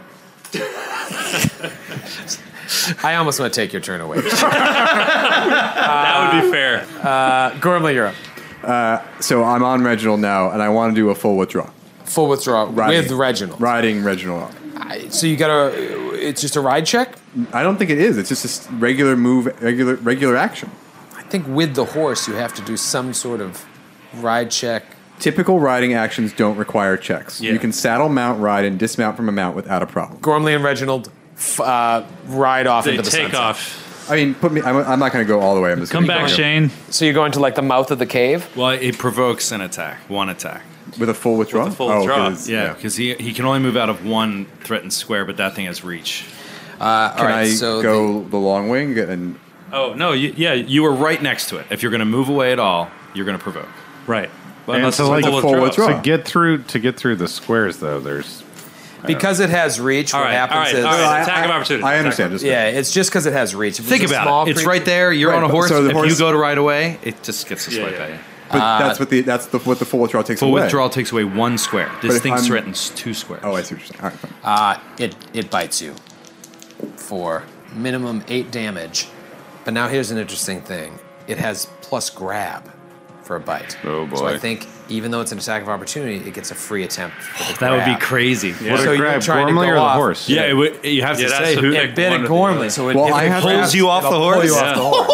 [SPEAKER 2] I almost want to take your turn away.
[SPEAKER 4] that would be fair.
[SPEAKER 2] Gormley, you're up.
[SPEAKER 7] So I'm on Reginald now, and I want to do a full withdrawal.
[SPEAKER 2] Full withdrawal
[SPEAKER 7] Riding-
[SPEAKER 2] with Reginald.
[SPEAKER 7] Riding Reginald up.
[SPEAKER 2] I- So you got to. It's just a ride check.
[SPEAKER 7] I don't think it is. It's just a s- regular move, regular regular action.
[SPEAKER 2] I think with the horse you have to do some sort of ride check.
[SPEAKER 7] Typical riding actions don't require checks.
[SPEAKER 4] Yeah.
[SPEAKER 7] You can saddle, mount, ride, and dismount from a mount without a problem.
[SPEAKER 2] Gormley and Reginald f- uh, ride off
[SPEAKER 4] They
[SPEAKER 2] into the
[SPEAKER 4] take
[SPEAKER 2] sunset.
[SPEAKER 4] off.
[SPEAKER 7] I mean, put me. I'm, I'm not going to go all the way. I'm just
[SPEAKER 4] Come
[SPEAKER 7] gonna
[SPEAKER 4] back,
[SPEAKER 7] go
[SPEAKER 4] Shane.
[SPEAKER 2] So you're going to like the mouth of the cave.
[SPEAKER 8] Well, it provokes an attack. One attack.
[SPEAKER 7] with a full withdrawal.
[SPEAKER 4] With a full
[SPEAKER 7] Oh,
[SPEAKER 4] withdrawal,
[SPEAKER 7] 'cause-
[SPEAKER 8] Yeah, because he he can only move out of one threatened square, but that thing has reach.
[SPEAKER 2] Uh, all
[SPEAKER 7] Can
[SPEAKER 2] right.
[SPEAKER 7] I
[SPEAKER 2] so the-
[SPEAKER 7] go the, long wing and
[SPEAKER 4] Oh no, you, yeah, you,
[SPEAKER 8] You were right next to it. If you're going to move away at all, you're going to provoke.
[SPEAKER 4] right. But
[SPEAKER 6] And
[SPEAKER 4] unless
[SPEAKER 6] so,
[SPEAKER 4] it's
[SPEAKER 6] like,
[SPEAKER 4] a full
[SPEAKER 7] a full
[SPEAKER 4] withdrawal.
[SPEAKER 6] To
[SPEAKER 7] withdrawal.
[SPEAKER 6] get through to get through the squares though, there's
[SPEAKER 2] because it has reach,
[SPEAKER 4] All
[SPEAKER 2] what
[SPEAKER 4] right,
[SPEAKER 2] happens
[SPEAKER 4] all right,
[SPEAKER 2] is
[SPEAKER 4] all right.
[SPEAKER 7] I-
[SPEAKER 4] attack of
[SPEAKER 7] I-
[SPEAKER 4] opportunity.
[SPEAKER 7] I
[SPEAKER 4] Attack
[SPEAKER 7] understand.
[SPEAKER 4] of-
[SPEAKER 7] Just
[SPEAKER 2] yeah, it's just because it has reach. If
[SPEAKER 8] Think
[SPEAKER 2] was a
[SPEAKER 8] about
[SPEAKER 2] small
[SPEAKER 8] it. It's
[SPEAKER 2] creature-
[SPEAKER 8] right there. You're
[SPEAKER 7] Right,
[SPEAKER 8] on a
[SPEAKER 7] but-
[SPEAKER 8] horse.
[SPEAKER 7] so the
[SPEAKER 8] if
[SPEAKER 7] horse-
[SPEAKER 8] you go to ride away, it just gets to
[SPEAKER 4] Yeah,
[SPEAKER 8] swipe
[SPEAKER 4] yeah.
[SPEAKER 8] at you.
[SPEAKER 7] But that's what the that's the what the full withdrawal takes
[SPEAKER 8] Full
[SPEAKER 7] away.
[SPEAKER 8] withdrawal takes away one square.
[SPEAKER 7] But
[SPEAKER 8] This
[SPEAKER 7] if
[SPEAKER 8] thing
[SPEAKER 7] I'm-
[SPEAKER 8] threatens two squares.
[SPEAKER 7] Oh, I see what you're saying. All right, fine.
[SPEAKER 2] Uh, it it bites you for minimum eight damage. But now here's an interesting thing: it has plus grab for a bite.
[SPEAKER 6] Oh,
[SPEAKER 2] So I
[SPEAKER 6] boy.
[SPEAKER 2] think even though it's an attack of opportunity, it gets a free attempt. For the
[SPEAKER 8] That would be
[SPEAKER 2] grab.
[SPEAKER 8] crazy.
[SPEAKER 6] what
[SPEAKER 2] So you're
[SPEAKER 6] a grab
[SPEAKER 2] trying to
[SPEAKER 6] Gormley
[SPEAKER 2] go
[SPEAKER 6] or the
[SPEAKER 2] off-
[SPEAKER 6] horse.
[SPEAKER 8] Yeah, it would, you have
[SPEAKER 4] Yeah,
[SPEAKER 8] to
[SPEAKER 4] that's
[SPEAKER 8] say
[SPEAKER 4] the
[SPEAKER 8] who.
[SPEAKER 4] thing.
[SPEAKER 2] It bit
[SPEAKER 4] One
[SPEAKER 2] at
[SPEAKER 4] or the
[SPEAKER 2] Gormley,
[SPEAKER 4] other.
[SPEAKER 2] so it,
[SPEAKER 7] Well,
[SPEAKER 2] if
[SPEAKER 7] I
[SPEAKER 2] it
[SPEAKER 7] have to
[SPEAKER 2] grabs,
[SPEAKER 8] pulls you off
[SPEAKER 2] it'll
[SPEAKER 8] the
[SPEAKER 2] pull
[SPEAKER 8] horse.
[SPEAKER 2] you off
[SPEAKER 4] Yeah.
[SPEAKER 2] the horse.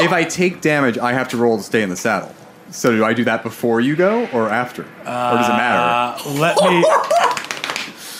[SPEAKER 7] I, if I take damage, I have to roll to stay in the saddle. So do I do that before you go or after, or does it matter?
[SPEAKER 8] Uh, Let me.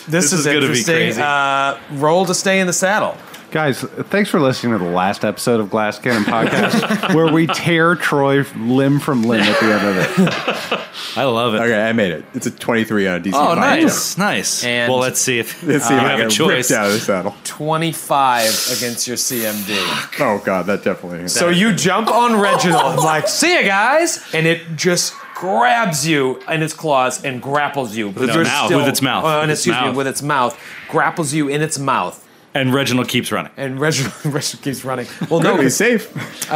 [SPEAKER 2] This,
[SPEAKER 8] is
[SPEAKER 2] is,
[SPEAKER 8] gonna be
[SPEAKER 2] interesting.
[SPEAKER 8] crazy.
[SPEAKER 2] Uh, roll to stay in the saddle.
[SPEAKER 6] Guys, thanks for listening to the last episode of Glass Cannon Podcast, where we tear Troy limb from limb at the end of it.
[SPEAKER 8] I love it.
[SPEAKER 7] Okay, I made it. It's a 23 on a DC. five.
[SPEAKER 8] Oh, nice, nice.
[SPEAKER 2] And-
[SPEAKER 8] well, let's see if uh,
[SPEAKER 7] Let's see
[SPEAKER 8] you
[SPEAKER 7] if I
[SPEAKER 8] have a
[SPEAKER 7] get
[SPEAKER 8] choice.
[SPEAKER 7] ripped out of the saddle.
[SPEAKER 2] Twenty-five against your CMD.
[SPEAKER 7] Oh god, that definitely.
[SPEAKER 2] So you jump on Reginald, like, see ya, guys, and it just grabs you in its claws and grapples you with
[SPEAKER 8] its mouth. With its mouth.
[SPEAKER 2] Uh, and
[SPEAKER 8] With its
[SPEAKER 2] excuse me,
[SPEAKER 8] mouth.
[SPEAKER 2] with its mouth, grapples you in its mouth,
[SPEAKER 8] And Reginald keeps running.
[SPEAKER 2] and Reginald, Reginald keeps running. Well, no,
[SPEAKER 7] no, he's
[SPEAKER 2] 'cause,
[SPEAKER 7] safe.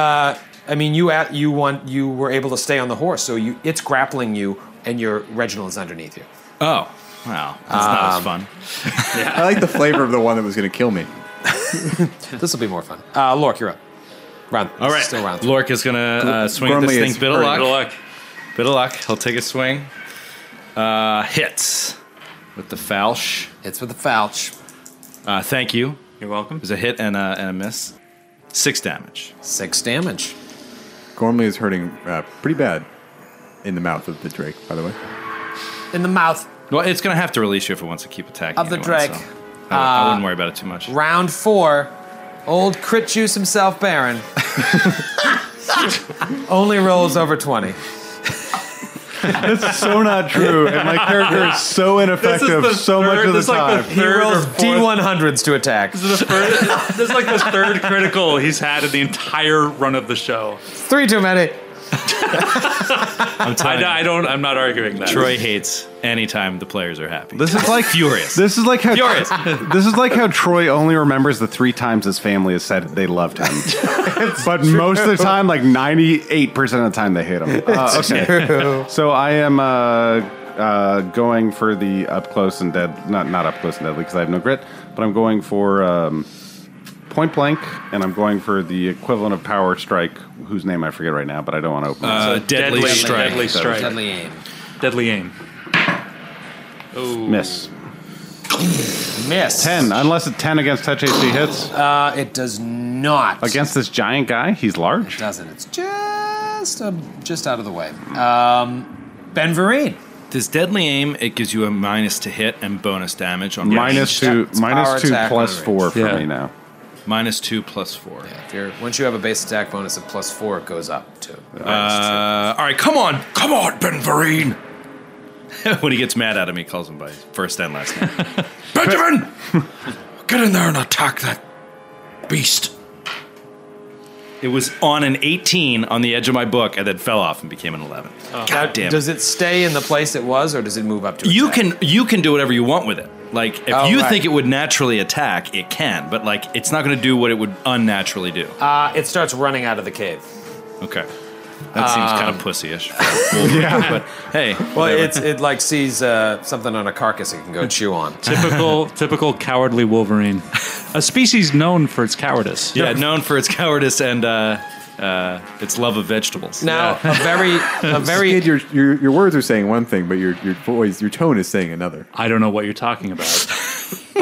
[SPEAKER 2] I mean, you at, you want you were able to stay on the horse, so you it's grappling you, and your Reginald is underneath you.
[SPEAKER 8] Oh, wow, that's not as fun.
[SPEAKER 7] I like the flavor of the one that was going to kill me.
[SPEAKER 2] This will be more fun. Uh, Lork, you're up. Round.
[SPEAKER 8] All right,
[SPEAKER 2] still round. three.
[SPEAKER 8] Lork is gonna uh, swing at
[SPEAKER 7] Gormley
[SPEAKER 8] this
[SPEAKER 7] is
[SPEAKER 8] thing. Bit of
[SPEAKER 7] hurt.
[SPEAKER 8] luck.
[SPEAKER 4] Good luck.
[SPEAKER 8] Bit of luck. He'll take a swing. Uh, hits with the falsh.
[SPEAKER 2] It's with the falch.
[SPEAKER 8] Uh, thank you.
[SPEAKER 4] You're welcome.
[SPEAKER 8] There's a hit and a, and a miss. Six damage.
[SPEAKER 2] Six damage.
[SPEAKER 7] Gormley is hurting uh, pretty bad in the mouth of the Drake, by the way.
[SPEAKER 2] In the mouth.
[SPEAKER 8] Well, it's gonna have to release you if it wants to keep attacking.
[SPEAKER 2] Of the
[SPEAKER 8] anyone,
[SPEAKER 2] drag.
[SPEAKER 8] so I, I wouldn't worry about it too much.
[SPEAKER 2] Round four, old Crit Juice himself, Baron. Only rolls over 20.
[SPEAKER 6] That's so not true, and my character is so ineffective so much of the
[SPEAKER 4] this is
[SPEAKER 6] time.
[SPEAKER 4] Like the
[SPEAKER 2] He
[SPEAKER 4] third or
[SPEAKER 2] rolls
[SPEAKER 4] fourth-
[SPEAKER 2] D100s to attack.
[SPEAKER 4] This is the third- this is like the third critical he's had in the entire run of the show.
[SPEAKER 2] Three too many.
[SPEAKER 8] I'm telling
[SPEAKER 4] I,
[SPEAKER 8] you,
[SPEAKER 4] I don't. I'm not arguing that.
[SPEAKER 8] Troy hates anytime the players are happy.
[SPEAKER 6] This is like
[SPEAKER 8] Furious.
[SPEAKER 6] This is like how
[SPEAKER 4] Furious.
[SPEAKER 6] this is like how Troy only remembers the three times his family has said they loved him, but most of the time, like ninety eight percent of the time, they hate him. Uh, okay, so I am uh, uh, going for the up close and dead. Not not up close and deadly because I have no grit, but I'm going for um, point blank, and I'm going for the equivalent of power strike, whose name I forget right now, but I don't want to open. it.
[SPEAKER 8] uh, deadly,
[SPEAKER 4] Deadly-
[SPEAKER 8] strike.
[SPEAKER 4] Deadly strike.
[SPEAKER 2] Deadly aim.
[SPEAKER 4] Deadly aim.
[SPEAKER 6] Miss
[SPEAKER 2] Miss.
[SPEAKER 6] ten unless it's ten against touch AC hits
[SPEAKER 2] Uh, it does not.
[SPEAKER 6] against this giant guy. He's large.
[SPEAKER 2] Doesn't. It's just um, just out of the way. Um, ben Vereen.
[SPEAKER 8] Does deadly aim? It gives you a minus to hit and bonus damage on
[SPEAKER 6] Minus
[SPEAKER 2] Yeah,
[SPEAKER 6] two,
[SPEAKER 2] it's power
[SPEAKER 6] minus two,
[SPEAKER 2] attack
[SPEAKER 6] plus
[SPEAKER 2] on range.
[SPEAKER 6] four for
[SPEAKER 4] Yeah.
[SPEAKER 6] me now.
[SPEAKER 8] range. minus two plus four.
[SPEAKER 2] If you're, once you have a base attack bonus of plus four, it goes up to.
[SPEAKER 8] Uh, all right, come on, come on, Ben Vereen. when he gets mad at him, he calls him by his first and last name. Benjamin, get in there and attack that beast. It was on an 18 on the edge of my book, and then fell off and became an 11. God damn!
[SPEAKER 2] Does
[SPEAKER 8] It.
[SPEAKER 2] it stay in the place it was, or does it move up to?
[SPEAKER 8] You
[SPEAKER 2] attack?
[SPEAKER 8] can you can do whatever you want with it. Like if
[SPEAKER 2] Oh,
[SPEAKER 8] you
[SPEAKER 2] right.
[SPEAKER 8] think it would naturally attack, it can, but like it's not going to do what it would unnaturally do.
[SPEAKER 2] Uh, it starts running out of the cave.
[SPEAKER 8] okay, that seems kind of pussy-ish. For a wolverine, but hey,
[SPEAKER 2] um, Well,
[SPEAKER 8] whatever.
[SPEAKER 2] it's it like sees uh, something on a carcass it can go chew on.
[SPEAKER 4] Typical, typical cowardly Wolverine. A species known for its cowardice.
[SPEAKER 8] Yeah, known for its cowardice and uh, uh, its love of vegetables.
[SPEAKER 2] Now, a very, a very
[SPEAKER 7] Kid, your, your, your words are saying one thing, but your, your voice, your tone is saying another.
[SPEAKER 4] I don't know what you're talking about.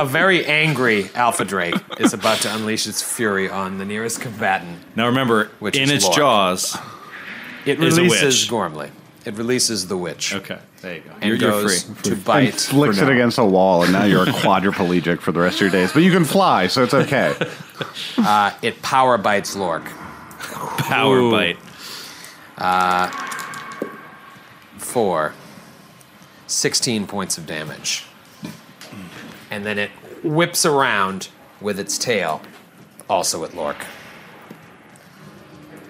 [SPEAKER 2] A very angry Alpha Drake is about to unleash its fury on the nearest combatant.
[SPEAKER 8] now remember,
[SPEAKER 2] Which
[SPEAKER 8] in
[SPEAKER 2] is
[SPEAKER 8] its
[SPEAKER 2] Lord.
[SPEAKER 8] jaws.
[SPEAKER 2] It
[SPEAKER 8] Is a
[SPEAKER 2] releases
[SPEAKER 8] witch.
[SPEAKER 2] Gormley. It releases the witch.
[SPEAKER 8] Okay, there you go.
[SPEAKER 2] And
[SPEAKER 8] You're, you're
[SPEAKER 2] goes
[SPEAKER 8] free.
[SPEAKER 2] to
[SPEAKER 6] And
[SPEAKER 2] bite.
[SPEAKER 6] flicks
[SPEAKER 7] for
[SPEAKER 6] it
[SPEAKER 7] now.
[SPEAKER 6] against a wall, and now you're a quadriplegic for the rest of your days. But you can fly, so it's okay.
[SPEAKER 2] Uh, it power bites Lork.
[SPEAKER 8] Power
[SPEAKER 4] Ooh.
[SPEAKER 8] bite.
[SPEAKER 2] for 16 points of damage. And then it whips around with its tail, also at Lork.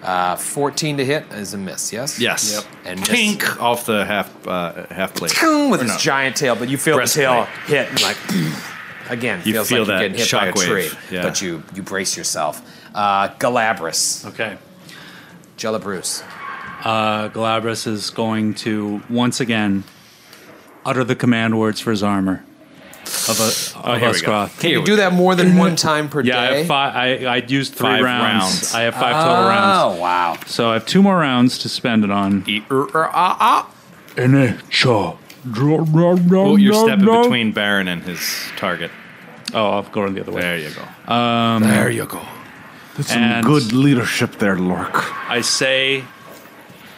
[SPEAKER 2] Uh, 14 to hit is a miss, yes?
[SPEAKER 8] Yes.
[SPEAKER 2] And miss.
[SPEAKER 8] Pink off the half uh, half plate.
[SPEAKER 2] with
[SPEAKER 8] Or
[SPEAKER 2] his
[SPEAKER 8] no.
[SPEAKER 2] giant tail, but you feel the tail
[SPEAKER 8] Breastplate.
[SPEAKER 2] hit and like again
[SPEAKER 8] You
[SPEAKER 2] feels
[SPEAKER 8] feel
[SPEAKER 2] like you're
[SPEAKER 8] that
[SPEAKER 2] getting hit by a tree,
[SPEAKER 8] shockwave, yeah.
[SPEAKER 2] but you you brace yourself. Uh, Galabras,
[SPEAKER 4] Okay.
[SPEAKER 2] Jellabruce,
[SPEAKER 4] Uh, Galabras is going to once again utter the command words for his armor of a
[SPEAKER 8] Oh,
[SPEAKER 4] of
[SPEAKER 8] here we go.
[SPEAKER 4] Uskroth.
[SPEAKER 8] Here
[SPEAKER 2] you
[SPEAKER 8] we
[SPEAKER 2] do
[SPEAKER 8] go.
[SPEAKER 2] that more than one time per
[SPEAKER 4] Yeah, I
[SPEAKER 2] day.
[SPEAKER 4] have five. I I used three
[SPEAKER 8] Five
[SPEAKER 4] rounds.
[SPEAKER 8] rounds.
[SPEAKER 4] I have five total rounds.
[SPEAKER 2] Oh wow!
[SPEAKER 4] So I have two more rounds to spend it on.
[SPEAKER 8] Eat- er, er, ah, ah.
[SPEAKER 4] Oh,
[SPEAKER 8] Oh, you're stepping between Baron and his target.
[SPEAKER 4] Oh, I'll go the other way.
[SPEAKER 8] There you go. Um, there you go.
[SPEAKER 4] And
[SPEAKER 6] Good leadership there, Lork.
[SPEAKER 4] I say,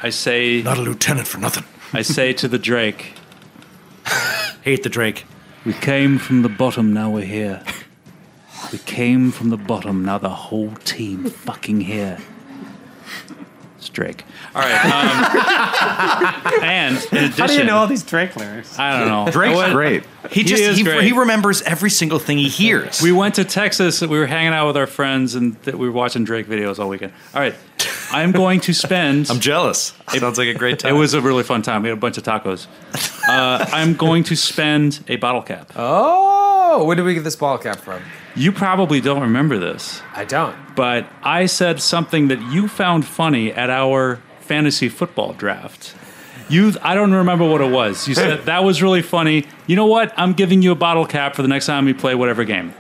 [SPEAKER 4] I say,
[SPEAKER 8] Not a lieutenant for nothing.
[SPEAKER 4] I say to the Drake,
[SPEAKER 8] Hate the Drake.
[SPEAKER 4] We came from the bottom, now we're here. We came from the bottom, now the whole team fucking here. It's Drake. All right. Um, and in addition,
[SPEAKER 2] these Drake lyrics?
[SPEAKER 4] I don't know.
[SPEAKER 6] Drake's
[SPEAKER 4] I went-
[SPEAKER 6] great.
[SPEAKER 8] He just
[SPEAKER 4] is
[SPEAKER 8] he,
[SPEAKER 4] great.
[SPEAKER 8] he remembers every single thing he hears.
[SPEAKER 4] We went to Texas. We were hanging out with our friends, and th- we were watching Drake videos all weekend. All right, I'm going to spend.
[SPEAKER 8] I'm jealous. Sounds like a great
[SPEAKER 4] it
[SPEAKER 8] time.
[SPEAKER 4] was a really fun time. We had a bunch of tacos. Uh, I'm going to spend a bottle cap.
[SPEAKER 2] Oh, where did we get this ball cap from?
[SPEAKER 4] You probably don't remember this.
[SPEAKER 2] I don't.
[SPEAKER 4] but I said something that you found funny at our fantasy football draft. You, I don't remember what it was. You said that was really funny. You know what? I'm giving you a bottle cap for the next time we play whatever game.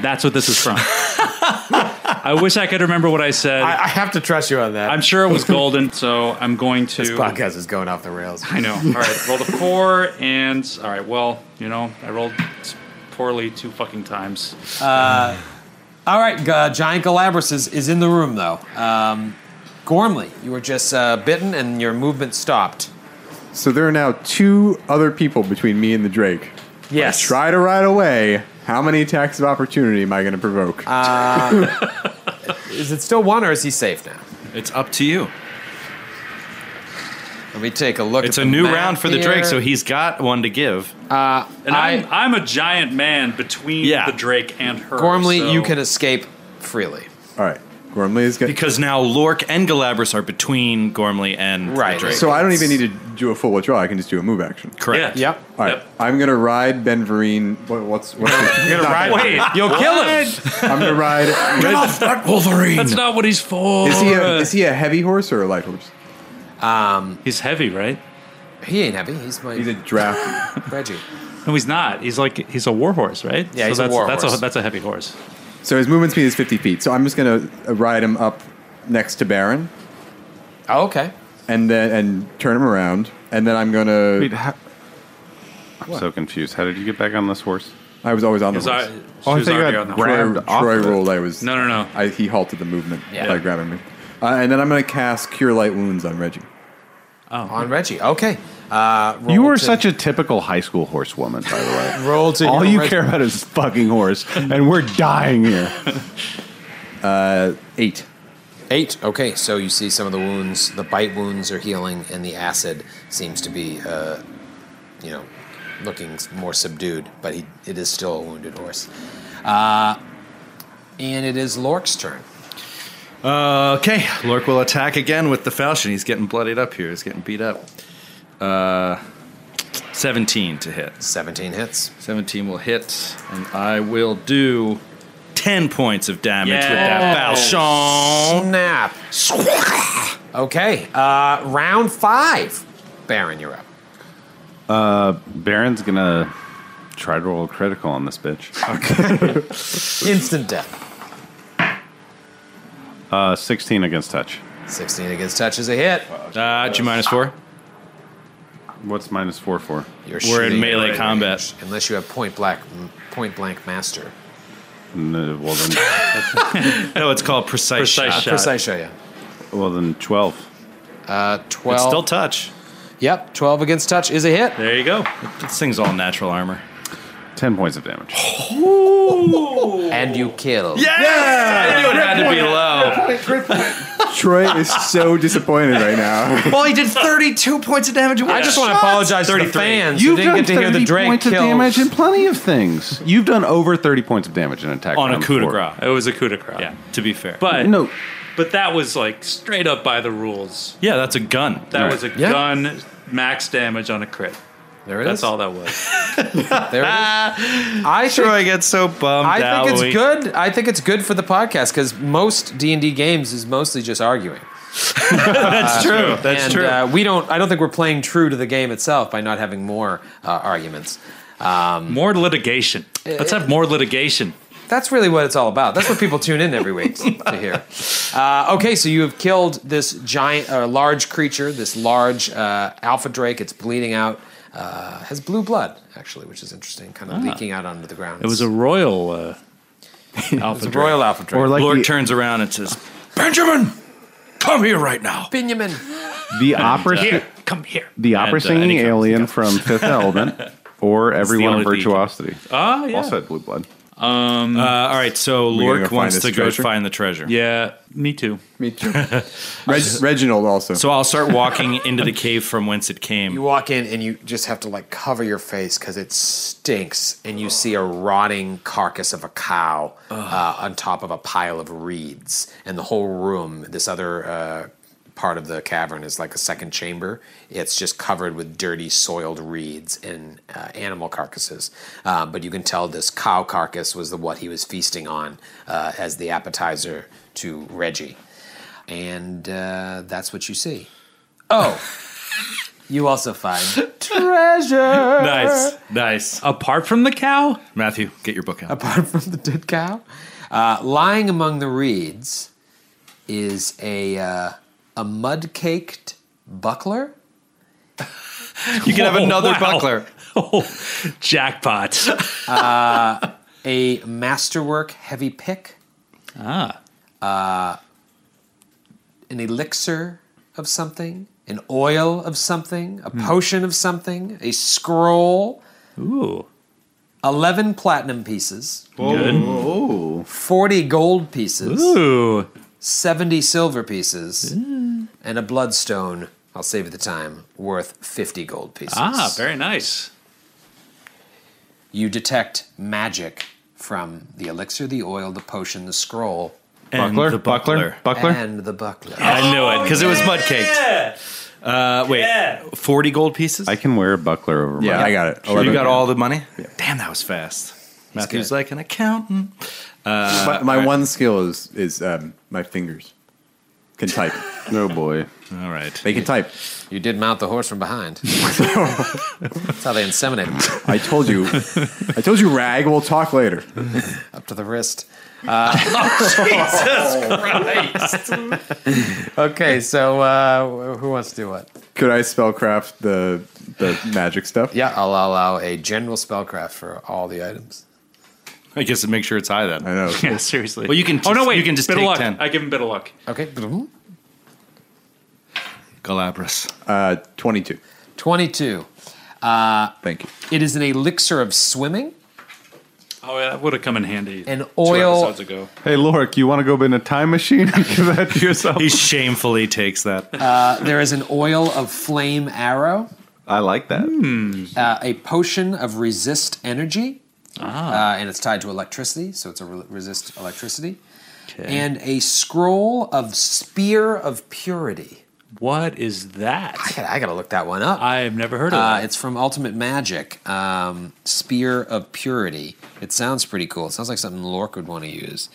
[SPEAKER 4] That's what this is from. I wish I could remember what I said. I,
[SPEAKER 2] I have to trust you on that.
[SPEAKER 4] am sure it was golden, so I'm going to.
[SPEAKER 2] this podcast is going off the rails.
[SPEAKER 4] I know. All right, rolled a four, and all right. Well, you know, I rolled poorly two fucking times.
[SPEAKER 2] All right, uh, Giant Galabras is, is in the room though. Um, Gormley, you were just uh, bitten and your movement stopped.
[SPEAKER 7] So there are now two other people between me and the Drake.
[SPEAKER 2] Yes.
[SPEAKER 7] Try to ride away. How many attacks of opportunity am I going to provoke?
[SPEAKER 2] Is it still one or is he safe now?
[SPEAKER 8] it's up to you.
[SPEAKER 2] Let me take a look.
[SPEAKER 8] It's
[SPEAKER 2] at
[SPEAKER 8] a
[SPEAKER 2] the
[SPEAKER 8] new
[SPEAKER 2] map
[SPEAKER 8] round for the
[SPEAKER 2] here.
[SPEAKER 8] Drake, so he's got one to give.
[SPEAKER 4] And
[SPEAKER 2] I-
[SPEAKER 4] I'm, I'm a giant man between
[SPEAKER 8] Yeah.
[SPEAKER 4] the Drake and her.
[SPEAKER 2] Gormley,
[SPEAKER 4] so-
[SPEAKER 2] you can escape freely.
[SPEAKER 7] All right. Gormley is good.
[SPEAKER 8] Because now Lork and Galabras are between Gormley and
[SPEAKER 2] Right.
[SPEAKER 8] the Drake.
[SPEAKER 7] So I don't even need to do a full withdrawal. I can just do a move action.
[SPEAKER 8] correct.
[SPEAKER 2] Yep.
[SPEAKER 7] All right,
[SPEAKER 4] Yep.
[SPEAKER 7] I'm gonna ride Ben Vereen. What, what's what's I'm gonna
[SPEAKER 4] Wait,
[SPEAKER 2] You'll kill him.
[SPEAKER 7] I'm gonna ride.
[SPEAKER 4] that's not what he's for.
[SPEAKER 7] Is he a is he a heavy horse or a light horse?
[SPEAKER 4] he's heavy, right?
[SPEAKER 2] He ain't heavy. He's my
[SPEAKER 7] He's a draft.
[SPEAKER 2] Reggie.
[SPEAKER 4] No, he's not. He's like he's a war horse, right?
[SPEAKER 2] Yeah, he's a
[SPEAKER 4] that's,
[SPEAKER 2] war
[SPEAKER 4] that's
[SPEAKER 2] horse.
[SPEAKER 4] A, that's a heavy horse.
[SPEAKER 7] so his movement speed is 50 feet. So I'm just gonna uh, ride him up next to Baron
[SPEAKER 2] Oh, okay.
[SPEAKER 7] and then and turn him around, and then I'm gonna.
[SPEAKER 6] Wait, how- I'm so confused. How did you get back on this horse?
[SPEAKER 7] I was always on the horse.
[SPEAKER 6] Oh, I
[SPEAKER 4] She's
[SPEAKER 6] thought you
[SPEAKER 4] already
[SPEAKER 6] got
[SPEAKER 4] on the
[SPEAKER 6] grabbed.
[SPEAKER 4] horse.
[SPEAKER 6] off
[SPEAKER 7] Troy, Troy
[SPEAKER 6] of it.
[SPEAKER 7] rolled. I was
[SPEAKER 4] No, no, no.
[SPEAKER 7] I, he halted the movement
[SPEAKER 2] Yeah.
[SPEAKER 7] by grabbing me, uh, and then I'm gonna cast Cure Light Wounds on Reggie.
[SPEAKER 2] On Reggie. Okay. Uh, roll
[SPEAKER 6] You are
[SPEAKER 2] to-
[SPEAKER 6] such a typical high school horsewoman, by the way.
[SPEAKER 2] roll to
[SPEAKER 6] All
[SPEAKER 2] hit
[SPEAKER 6] you
[SPEAKER 2] Reggie.
[SPEAKER 6] care about is fucking horse, and we're dying here.
[SPEAKER 7] Eight.
[SPEAKER 2] Eight. Okay, so you see some of the wounds, the bite wounds are healing, and the acid seems to be, uh, you know, looking more subdued. But he, it is still a wounded horse. Uh, and it is Lork's turn.
[SPEAKER 8] Uh, okay, Lork will attack again with the falchion. He's getting bloodied up here. He's getting beat up. Uh, 17 to hit.
[SPEAKER 2] Seventeen hits.
[SPEAKER 8] 17 will hit, and I will do 10 points of damage with that falchion.
[SPEAKER 2] Snap. Okay. Uh, round five. Baron, you're up.
[SPEAKER 6] Baron's gonna try to roll a critical on this bitch.
[SPEAKER 2] Instant death.
[SPEAKER 6] Uh, 16 against touch.
[SPEAKER 2] Sixteen against touch is a hit.
[SPEAKER 8] Uh, G minus 4.
[SPEAKER 6] What's minus four for?
[SPEAKER 2] You're
[SPEAKER 8] We're in
[SPEAKER 2] shooting
[SPEAKER 8] melee
[SPEAKER 2] range,
[SPEAKER 8] combat.
[SPEAKER 2] unless you have point black, point blank master.
[SPEAKER 6] No, uh, well then,
[SPEAKER 8] No, it's called precise,
[SPEAKER 4] Precise
[SPEAKER 8] shot.
[SPEAKER 4] shot.
[SPEAKER 2] Precise show you.
[SPEAKER 6] well then, 12.
[SPEAKER 2] Uh, twelve.
[SPEAKER 8] It's still touch.
[SPEAKER 2] Yep, 12 against touch is a hit.
[SPEAKER 4] There you go.
[SPEAKER 8] This thing's all natural armor.
[SPEAKER 6] 10 points of damage.
[SPEAKER 2] And you kill.
[SPEAKER 8] I knew it had to be low.
[SPEAKER 7] Troy is so disappointed right now.
[SPEAKER 8] Well, he did 32 points of damage.
[SPEAKER 2] I just want to apologize to the fans who
[SPEAKER 6] You've
[SPEAKER 2] didn't
[SPEAKER 6] done
[SPEAKER 2] get to hear
[SPEAKER 6] 30
[SPEAKER 2] the Drake
[SPEAKER 6] points of
[SPEAKER 2] kill.
[SPEAKER 6] damage in plenty of things. You've done over 30 points of damage in an attack
[SPEAKER 8] on a
[SPEAKER 6] round
[SPEAKER 8] coup de
[SPEAKER 6] before.
[SPEAKER 8] grace.
[SPEAKER 4] It was a coup de grace.
[SPEAKER 8] Yeah, to be fair.
[SPEAKER 4] But
[SPEAKER 6] No,
[SPEAKER 4] but that was like straight up by the rules.
[SPEAKER 8] yeah, that's a gun.
[SPEAKER 4] That
[SPEAKER 6] Right.
[SPEAKER 4] was a
[SPEAKER 2] Yeah.
[SPEAKER 4] gun max damage on a crit.
[SPEAKER 2] There it
[SPEAKER 4] That's
[SPEAKER 2] is.
[SPEAKER 4] all that was.
[SPEAKER 2] There it is.
[SPEAKER 8] Ah.
[SPEAKER 2] I think,
[SPEAKER 8] Troy gets so bummed
[SPEAKER 2] I think
[SPEAKER 8] out when
[SPEAKER 2] it's
[SPEAKER 8] we-
[SPEAKER 2] good. I think it's good for the podcast because most D and D games is mostly just arguing.
[SPEAKER 8] That's true. That's
[SPEAKER 2] and,
[SPEAKER 8] true.
[SPEAKER 2] Uh, we don't. I don't think we're playing true to the game itself by not having more uh, arguments.
[SPEAKER 4] More litigation. Let's have more litigation.
[SPEAKER 2] That's really what it's all about. That's what people tune in every week to hear. Uh, okay, so you have killed this giant, uh, large creature, this large uh, alpha drake. It's bleeding out. Uh, has blue blood actually, which is interesting, kind of leaking out onto the ground.
[SPEAKER 4] Ah. It was a royal uh,
[SPEAKER 2] It's
[SPEAKER 4] alpha.
[SPEAKER 2] a royal alpha drake.
[SPEAKER 6] or like
[SPEAKER 8] Lord
[SPEAKER 6] the,
[SPEAKER 8] turns around and says, Benjamin, come here right now.
[SPEAKER 2] Benjamin.
[SPEAKER 6] the opera,
[SPEAKER 4] Here, come here.
[SPEAKER 6] the opera
[SPEAKER 8] and, uh,
[SPEAKER 6] singing
[SPEAKER 8] any kind of-
[SPEAKER 6] alien from Fifth Element, or everyone in
[SPEAKER 8] only Oh. thing you can-
[SPEAKER 6] Virtuosity.
[SPEAKER 4] Ah, yeah.
[SPEAKER 6] Also had blue blood.
[SPEAKER 8] Uh, all right, so
[SPEAKER 7] gonna go
[SPEAKER 8] Lork
[SPEAKER 7] find
[SPEAKER 8] wants
[SPEAKER 7] this
[SPEAKER 8] to go
[SPEAKER 7] treasure?
[SPEAKER 8] find the treasure.
[SPEAKER 4] Yeah, me too.
[SPEAKER 7] Me too. Reg- Reginald also.
[SPEAKER 8] So I'll start walking into the cave from whence it
[SPEAKER 2] You
[SPEAKER 8] came.
[SPEAKER 2] walk in and you just have to like cover your face because it stinks, and you see a rotting carcass of a cow uh, on top of a pile of reeds, and the whole room, this other uh, part of the cavern, is like a second chamber. It's just covered with dirty, soiled reeds and uh, animal carcasses, uh, but you can tell this cow carcass was the what he was feasting on uh, as the appetizer to Reggie, and uh, that's what you see. Oh. You also find treasure.
[SPEAKER 8] Nice, nice.
[SPEAKER 4] Apart from the cow,
[SPEAKER 8] Matthew, get your book out.
[SPEAKER 2] Apart from the dead cow, uh, lying among the reeds is a uh, a mud caked buckler.
[SPEAKER 8] You can have
[SPEAKER 4] Oh,
[SPEAKER 8] another
[SPEAKER 4] wow.
[SPEAKER 8] buckler.
[SPEAKER 4] oh, jackpot.
[SPEAKER 2] a masterwork heavy pick. Ah. Uh, an elixir of something, an oil of something, a
[SPEAKER 4] Hmm.
[SPEAKER 2] potion of something, a scroll.
[SPEAKER 4] Ooh,
[SPEAKER 2] 11 platinum pieces, 40 gold pieces,
[SPEAKER 4] ooh.
[SPEAKER 2] 70 silver pieces, and a bloodstone, I'll save you the time, worth 50 gold pieces.
[SPEAKER 4] Ah, very nice.
[SPEAKER 2] you detect magic from the elixir, the oil, the potion, the scroll,
[SPEAKER 8] And
[SPEAKER 6] Buckler?
[SPEAKER 8] the
[SPEAKER 6] Buckler? Buckler?
[SPEAKER 2] And the buckler.
[SPEAKER 8] I knew it because it was mud caked. Uh, wait, forty gold pieces.
[SPEAKER 6] I can wear a buckler over my
[SPEAKER 7] Yeah, I got it.
[SPEAKER 8] you
[SPEAKER 7] 11.
[SPEAKER 8] got all the money. Damn, that was fast. Matthew's like an accountant.
[SPEAKER 7] Uh, my my one skill is is um, my fingers can type.
[SPEAKER 6] No boy.
[SPEAKER 8] All right.
[SPEAKER 7] They can type.
[SPEAKER 2] You did mount the horse from behind. That's how they inseminate him.
[SPEAKER 7] I told you. I told you, Rag. We'll talk later.
[SPEAKER 2] Up to the wrist. Oh,
[SPEAKER 8] Christ.
[SPEAKER 2] Okay, so uh, who wants to do what?
[SPEAKER 7] Could I spellcraft the the magic stuff?
[SPEAKER 2] Yeah, I'll allow a general spellcraft for all the items.
[SPEAKER 8] I guess to make sure it's high then.
[SPEAKER 7] I know.
[SPEAKER 4] Yeah, seriously.
[SPEAKER 8] Well, you can
[SPEAKER 4] oh no,
[SPEAKER 8] just-
[SPEAKER 4] wait.
[SPEAKER 8] you can just
[SPEAKER 4] bit
[SPEAKER 8] take
[SPEAKER 4] of luck.
[SPEAKER 8] 10.
[SPEAKER 4] I give him bit of luck.
[SPEAKER 2] Okay.
[SPEAKER 8] Galabras.
[SPEAKER 7] Uh, Twenty-two.
[SPEAKER 2] 22.
[SPEAKER 7] Thank you.
[SPEAKER 2] It is an elixir of swimming,
[SPEAKER 4] Oh, yeah, that would have come in handy.
[SPEAKER 2] an
[SPEAKER 4] two
[SPEAKER 2] oil.
[SPEAKER 4] episodes ago.
[SPEAKER 6] Hey, Lorik, you want to go in a time machine and give that to yourself?
[SPEAKER 8] He shamefully takes that.
[SPEAKER 2] There is an oil of flame arrow,
[SPEAKER 6] I like that.
[SPEAKER 2] uh, a potion of resist energy,
[SPEAKER 8] Ah.
[SPEAKER 2] uh, and it's tied to electricity, so it's a re- resist electricity, and a scroll of spear of purity.
[SPEAKER 4] What is that?
[SPEAKER 2] I gotta, I gotta look that one up.
[SPEAKER 8] Ah.
[SPEAKER 4] I have never heard of
[SPEAKER 2] Uh,
[SPEAKER 4] that.
[SPEAKER 2] it's from Ultimate Magic, um, Spear of Purity. It sounds pretty cool. It sounds like something Lork would want to use.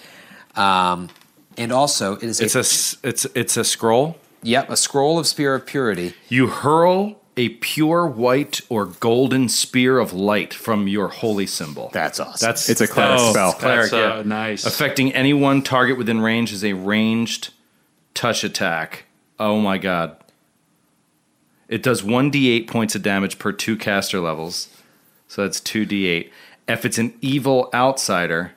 [SPEAKER 2] Um, and also, it is
[SPEAKER 8] It's a s- it's it's a scroll.
[SPEAKER 2] yep a scroll of Spear of Purity.
[SPEAKER 8] You hurl a pure white or golden spear of light from your holy symbol.
[SPEAKER 7] That's awesome.
[SPEAKER 8] That's-
[SPEAKER 7] it's a cleric
[SPEAKER 8] that's-
[SPEAKER 7] spell.
[SPEAKER 8] Cleric,
[SPEAKER 4] That's, uh,
[SPEAKER 8] yeah.
[SPEAKER 4] nice.
[SPEAKER 8] affecting any one target within range is a ranged touch attack. Oh my god. It does 1d8 points of damage per two caster levels. So that's 2d8. If it's an evil outsider,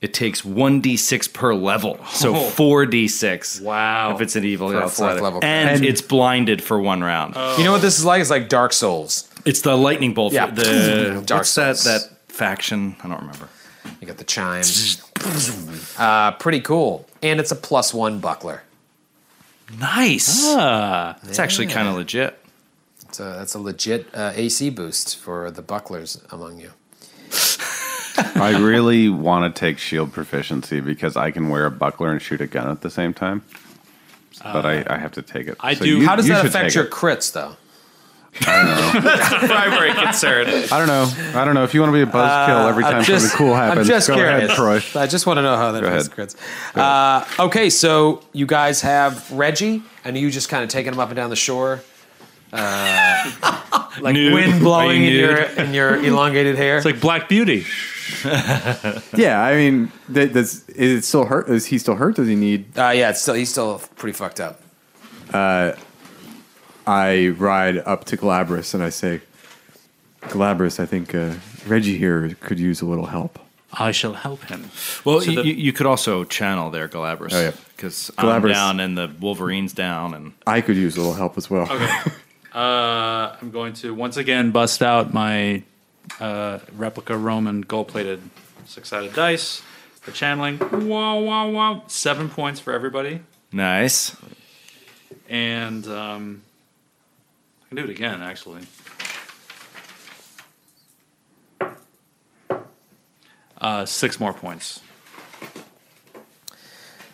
[SPEAKER 8] it takes 1d6 per level. So
[SPEAKER 4] Oh.
[SPEAKER 8] 4d6.
[SPEAKER 4] Wow.
[SPEAKER 8] If it's an evil
[SPEAKER 2] a fourth
[SPEAKER 8] outsider.
[SPEAKER 2] level.
[SPEAKER 8] And, it's blinded for one round.
[SPEAKER 2] You know what this is like? It's like Dark Souls.
[SPEAKER 8] it's Oh. the lightning bolt.
[SPEAKER 2] Yeah.
[SPEAKER 8] Yeah. The,
[SPEAKER 2] Dark
[SPEAKER 8] what's that,
[SPEAKER 2] Souls.
[SPEAKER 8] that faction? I don't remember.
[SPEAKER 2] You got the chime. Uh, pretty cool. And it's a plus one buckler.
[SPEAKER 8] Nice.
[SPEAKER 4] Ah,
[SPEAKER 8] it's actually kind of legit.
[SPEAKER 2] It's a, that's a legit uh, AC boost for the bucklers among you.
[SPEAKER 6] I really want to take shield proficiency because I can wear a buckler and shoot a gun at the same time. But
[SPEAKER 8] Uh,
[SPEAKER 6] I, I have to take it.
[SPEAKER 4] I do-
[SPEAKER 2] How does
[SPEAKER 6] you
[SPEAKER 2] that
[SPEAKER 6] should
[SPEAKER 2] affect
[SPEAKER 6] take
[SPEAKER 2] your
[SPEAKER 6] it.
[SPEAKER 2] crits, though?
[SPEAKER 8] Primary concern.
[SPEAKER 6] I don't know. I don't know. If you want to be a buzzkill every time something cool happens,
[SPEAKER 2] I'm Uh, just
[SPEAKER 6] go
[SPEAKER 2] curious.
[SPEAKER 6] ahead, Troy.
[SPEAKER 2] I just want to know how that
[SPEAKER 6] Go
[SPEAKER 2] affects
[SPEAKER 6] ahead.
[SPEAKER 2] crits. Uh, okay, so you guys have Reggie, and you just kind of taking him up and down the shore, uh, like
[SPEAKER 4] Nude. Are
[SPEAKER 2] wind
[SPEAKER 4] you
[SPEAKER 2] blowing in your
[SPEAKER 4] nude?
[SPEAKER 2] in your elongated hair.
[SPEAKER 4] it's like Black Beauty.
[SPEAKER 7] Yeah, I mean, th- does is it still hurt? Is he still hurt? Does he need?
[SPEAKER 2] uh, yeah, it's still he's still pretty fucked up.
[SPEAKER 7] I ride up to Galabras and I say, Galabras, I think uh, Reggie here could use a little help.
[SPEAKER 4] I shall help him.
[SPEAKER 8] Well,
[SPEAKER 4] So
[SPEAKER 8] you,
[SPEAKER 4] the-
[SPEAKER 8] you you could also channel there, Galabras.
[SPEAKER 7] Oh, yeah.
[SPEAKER 8] Because
[SPEAKER 7] Galabras.
[SPEAKER 8] I'm down and the Wolverine's down. and
[SPEAKER 7] I could use a little help as well.
[SPEAKER 4] Uh, I'm going to once again bust out my uh, replica Roman gold-plated six-sided dice for channeling. Wow, wow, wow! Seven points for everybody,
[SPEAKER 8] Nice.
[SPEAKER 4] and um, I can do it again. Actually, uh, six more points.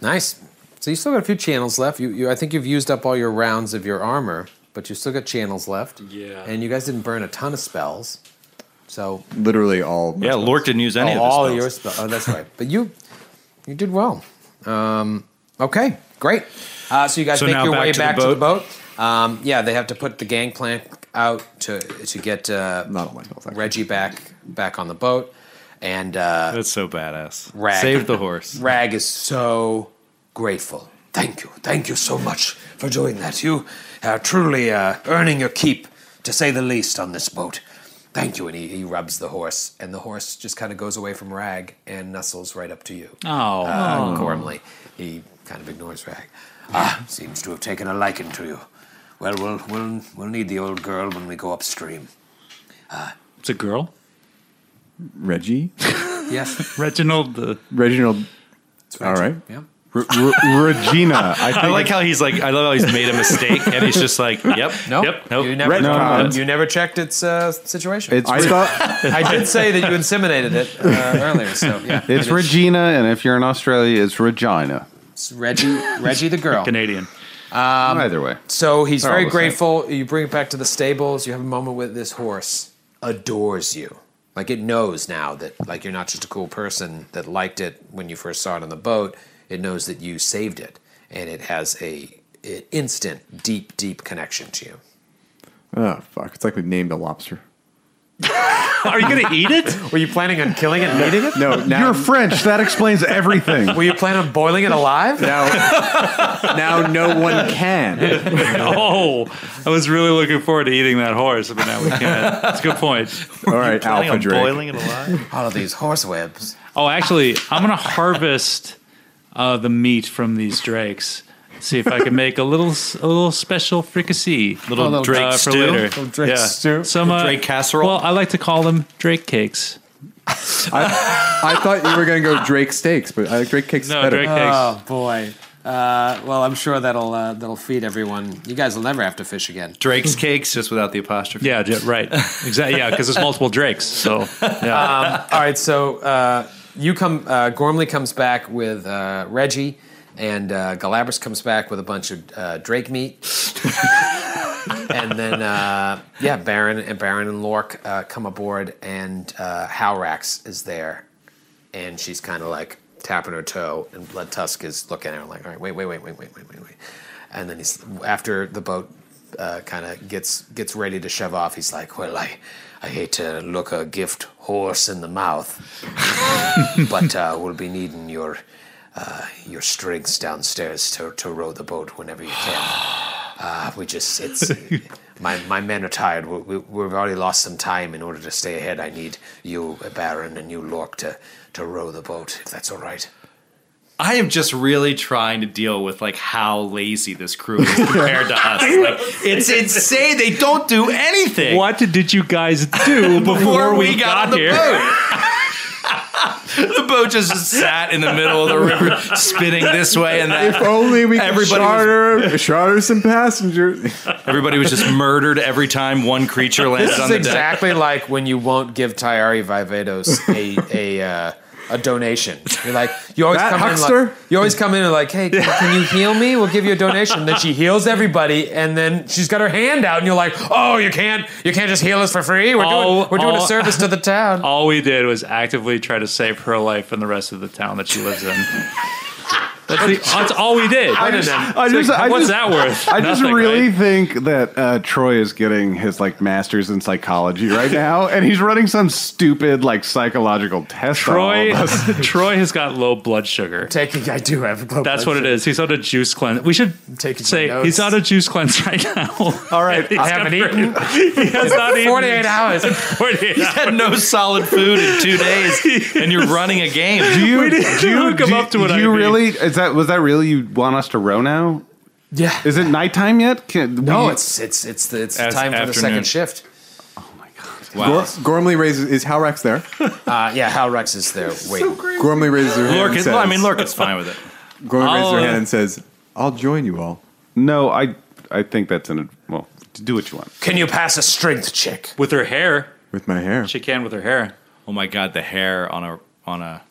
[SPEAKER 2] Nice. So you still got a few channels left. You, you I think you've used up all your rounds of your armor, but you still got channels left.
[SPEAKER 4] Yeah.
[SPEAKER 2] And you guys didn't burn a ton of spells, so
[SPEAKER 7] Literally all.
[SPEAKER 8] Yeah, Lork didn't use any
[SPEAKER 2] Oh,
[SPEAKER 8] of
[SPEAKER 2] all
[SPEAKER 8] this.
[SPEAKER 2] your spells. Oh, that's right. But you, you did well. Um, okay, great. Uh, so you guys
[SPEAKER 8] So
[SPEAKER 2] make
[SPEAKER 8] now
[SPEAKER 2] your
[SPEAKER 8] back
[SPEAKER 2] way
[SPEAKER 8] to the
[SPEAKER 2] back to the boat. Um, yeah, they have to put the gangplank out to to get uh,
[SPEAKER 7] Not on my health. actually.
[SPEAKER 2] Reggie back back on the boat. And uh,
[SPEAKER 8] That's so badass.
[SPEAKER 2] Rag.
[SPEAKER 8] Save the horse.
[SPEAKER 2] Rag is so grateful. Thank you, thank you so much for doing that. You are truly uh, earning your keep, to say the least, on this boat. Thank you. And he, he rubs the horse, and the horse just kind of goes away from Rag and nuzzles right up to you.
[SPEAKER 4] Oh,
[SPEAKER 2] uh, Gormley. He kind of ignores Rag. Ah, seems to have taken a liking to you. Well, we'll, we'll, we'll need the old girl when we go upstream.
[SPEAKER 4] it's a girl.
[SPEAKER 7] Reggie?
[SPEAKER 2] Yes.
[SPEAKER 4] Reginald. Uh,
[SPEAKER 7] Reginald. All right.
[SPEAKER 2] Yeah.
[SPEAKER 6] R- R- Regina. I think
[SPEAKER 8] I like how he's like, I love how he's made a mistake and he's just like, yep,
[SPEAKER 2] No,
[SPEAKER 8] yep, nope.
[SPEAKER 2] you never,
[SPEAKER 7] Retcon.
[SPEAKER 2] uh, you never checked its uh, situation.
[SPEAKER 6] it's,
[SPEAKER 7] I
[SPEAKER 6] Re-
[SPEAKER 7] thought
[SPEAKER 2] I did say that you inseminated it uh, earlier, so yeah.
[SPEAKER 6] it's Regina, and if you're in Australia, it's Regina.
[SPEAKER 2] It's Reggie, Reggie the girl.
[SPEAKER 4] Canadian.
[SPEAKER 6] Either way.
[SPEAKER 2] So he's
[SPEAKER 6] all
[SPEAKER 2] very
[SPEAKER 6] the same.
[SPEAKER 2] grateful. You bring it back to the stables. You have a moment with this horse. Adores you. Like it knows now that like you're not just a cool person that liked it when you first saw it on the boat. It knows that you saved it, and it has a, a instant, deep, deep connection to you.
[SPEAKER 7] Oh fuck! It's like we've named a lobster.
[SPEAKER 4] Are you gonna eat it?
[SPEAKER 2] Were you planning on killing it and eating it?
[SPEAKER 7] No, now
[SPEAKER 6] You're French. That explains everything.
[SPEAKER 2] Were you planning on boiling it alive?
[SPEAKER 7] now, now no one can.
[SPEAKER 4] Oh, I was really looking forward to eating that horse, but now we can't. That's a good point.
[SPEAKER 7] All right,
[SPEAKER 10] Planning
[SPEAKER 7] Alpha
[SPEAKER 10] on
[SPEAKER 7] Drake.
[SPEAKER 10] boiling it alive.
[SPEAKER 2] All of these horse webs.
[SPEAKER 4] Oh, actually, I'm gonna harvest uh, the meat from these drakes. See if I can make a little, s- a little special fricassee, little,
[SPEAKER 8] drake
[SPEAKER 4] for
[SPEAKER 8] stew?
[SPEAKER 4] later.
[SPEAKER 8] Little
[SPEAKER 4] drake stew, some uh,
[SPEAKER 8] Drake casserole?
[SPEAKER 4] Well, I like to call them drake cakes.
[SPEAKER 7] I thought you were gonna go Drake steaks, but I like Drake cakes
[SPEAKER 4] No,
[SPEAKER 7] better.
[SPEAKER 4] drake cakes.
[SPEAKER 2] Oh boy. Uh, well, I'm sure that'll uh, that'll feed everyone. You guys will never have to fish again.
[SPEAKER 8] Drake's cakes, just without the apostrophe.
[SPEAKER 4] Yeah, j- right. Exactly. Yeah, because there's multiple drakes. So yeah,
[SPEAKER 2] All right, so uh, you come. Uh, Gormley comes back with uh, Reggie, and uh, Galabras comes back with a bunch of uh, Drake meat. and then, uh, yeah, Baron and Baron and Lork uh, come aboard, and uh, Halrax is there, and she's kind of like tapping her toe, and Blood Tusk is looking at her like, all right, wait, wait, wait, wait, wait, wait, wait, wait, and then he's after the boat uh, kind of gets gets ready to shove off. He's like, well, I I hate to look a gift horse in the mouth, but uh, we'll be needing your. Uh, your strengths downstairs to, to row the boat whenever you can. Uh, we just it's my my men are tired. We, we, we've already lost some time. In order to stay ahead, I need you, Baron, and you, Lork, to to row the boat. If that's all right.
[SPEAKER 8] I am just really trying to deal with like how lazy this crew is compared to us. Like, it's insane. They don't do anything.
[SPEAKER 4] what did you guys do before,
[SPEAKER 8] Before
[SPEAKER 4] we,
[SPEAKER 8] we got, on the
[SPEAKER 4] here?
[SPEAKER 8] boat. the boat just sat in the middle of the river, spinning this way and that.
[SPEAKER 7] If only we could
[SPEAKER 8] Everybody
[SPEAKER 7] charter, charter some passengers.
[SPEAKER 8] Everybody was just murdered every time one creature landed
[SPEAKER 2] This
[SPEAKER 8] on
[SPEAKER 2] is
[SPEAKER 8] the
[SPEAKER 2] exactly like when you won't give Tyari Vivados a a. Uh, a donation. You're like you always
[SPEAKER 7] That
[SPEAKER 2] come in
[SPEAKER 7] huckster?
[SPEAKER 2] like you always come in and like, hey, can, can you heal me? We'll give you a donation. Then she heals everybody, and then she's got her hand out, and you're like, oh, you can't, you can't just heal us for free. We're
[SPEAKER 4] All-
[SPEAKER 2] doing, we're doing a
[SPEAKER 4] all-
[SPEAKER 2] service to the town.
[SPEAKER 4] All we did was actively try to save her life and the rest of the town that she lives in. That's, the, that's all we did.
[SPEAKER 6] I just, I
[SPEAKER 4] What's
[SPEAKER 6] just-
[SPEAKER 4] that worth?
[SPEAKER 6] I just
[SPEAKER 4] Nothing,
[SPEAKER 6] really
[SPEAKER 4] right?
[SPEAKER 6] think that uh, Troy is getting his like master's in psychology right now, and he's running some stupid like psychological test.
[SPEAKER 4] Troy,
[SPEAKER 6] on all of us.
[SPEAKER 4] Troy has got low blood sugar.
[SPEAKER 2] Taking, I do have. A
[SPEAKER 4] That's what it is. He's on a juice cleanse. We should
[SPEAKER 2] taking
[SPEAKER 4] say
[SPEAKER 2] notes.
[SPEAKER 4] he's on a juice cleanse right now. All right,
[SPEAKER 2] I haven't eaten.
[SPEAKER 4] He has not eaten.
[SPEAKER 2] 48 hours.
[SPEAKER 4] 48 hours.
[SPEAKER 8] deck. Had no solid food in two days, and you're running a game.
[SPEAKER 6] Do you,
[SPEAKER 4] didn't
[SPEAKER 6] do you-
[SPEAKER 4] hook him
[SPEAKER 6] do-
[SPEAKER 4] up to an
[SPEAKER 6] do you
[SPEAKER 4] IV.
[SPEAKER 6] really? Is that was that really you want us to row now?
[SPEAKER 2] Yeah.
[SPEAKER 6] Is it nighttime yet? Can,
[SPEAKER 2] no,
[SPEAKER 6] we-
[SPEAKER 2] it's it's it's the, it's the
[SPEAKER 4] As-
[SPEAKER 2] time for the
[SPEAKER 4] afternoon.
[SPEAKER 2] second shift.
[SPEAKER 7] Gor- Gormley raises. Is Halrax there?
[SPEAKER 2] Uh, yeah, Hal Rex is there waiting.
[SPEAKER 7] Gormley raises her hand.
[SPEAKER 8] Lork
[SPEAKER 7] and
[SPEAKER 8] is,
[SPEAKER 7] says,
[SPEAKER 8] I mean, Lork is fine with it.
[SPEAKER 7] Gormley raises
[SPEAKER 4] I'll,
[SPEAKER 7] her
[SPEAKER 4] uh,
[SPEAKER 7] hand and says, "I'll join you all."
[SPEAKER 6] no. I I think that's in. A, well, do what you want.
[SPEAKER 2] Can you pass a strength check?
[SPEAKER 4] With her hair.
[SPEAKER 7] With my hair.
[SPEAKER 4] She can with her hair.
[SPEAKER 8] Oh my god, the hair on a on a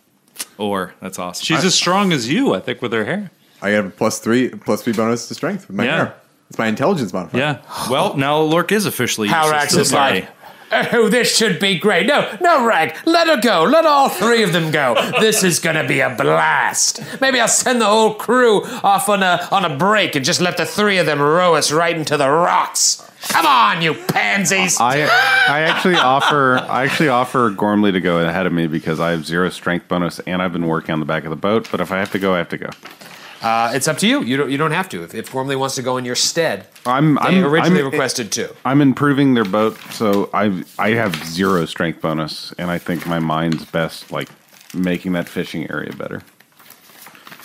[SPEAKER 8] oar. That's awesome.
[SPEAKER 4] She's as strong as you, I think, with her hair.
[SPEAKER 7] I have a plus three, plus three bonus to strength with my
[SPEAKER 4] Yeah.
[SPEAKER 7] hair. It's my intelligence modifier.
[SPEAKER 4] Yeah.
[SPEAKER 8] well, now Lork is officially useless
[SPEAKER 2] Halrax
[SPEAKER 8] to the
[SPEAKER 2] is
[SPEAKER 8] party.
[SPEAKER 2] like, oh, this should be great. No, no, Rag, let her go. Let all three of them go. This is gonna be a blast. Maybe I'll send the whole crew off on a on a break and just let the three of them row us right into the rocks. Come on, you pansies.
[SPEAKER 6] I I actually offer I actually offer Gormley to go ahead of me because I have zero strength bonus and I've been working on the back of the boat. But if I have to go, I have to go.
[SPEAKER 2] Uh, it's up to you. You don't you don't have to. If, if Gormley wants to go in your stead,
[SPEAKER 6] I'm
[SPEAKER 2] they
[SPEAKER 6] I'm
[SPEAKER 2] originally
[SPEAKER 6] I'm,
[SPEAKER 2] requested two.
[SPEAKER 6] I'm improving their boat, so I I have zero strength bonus, and I think my mind's best like making that fishing area better.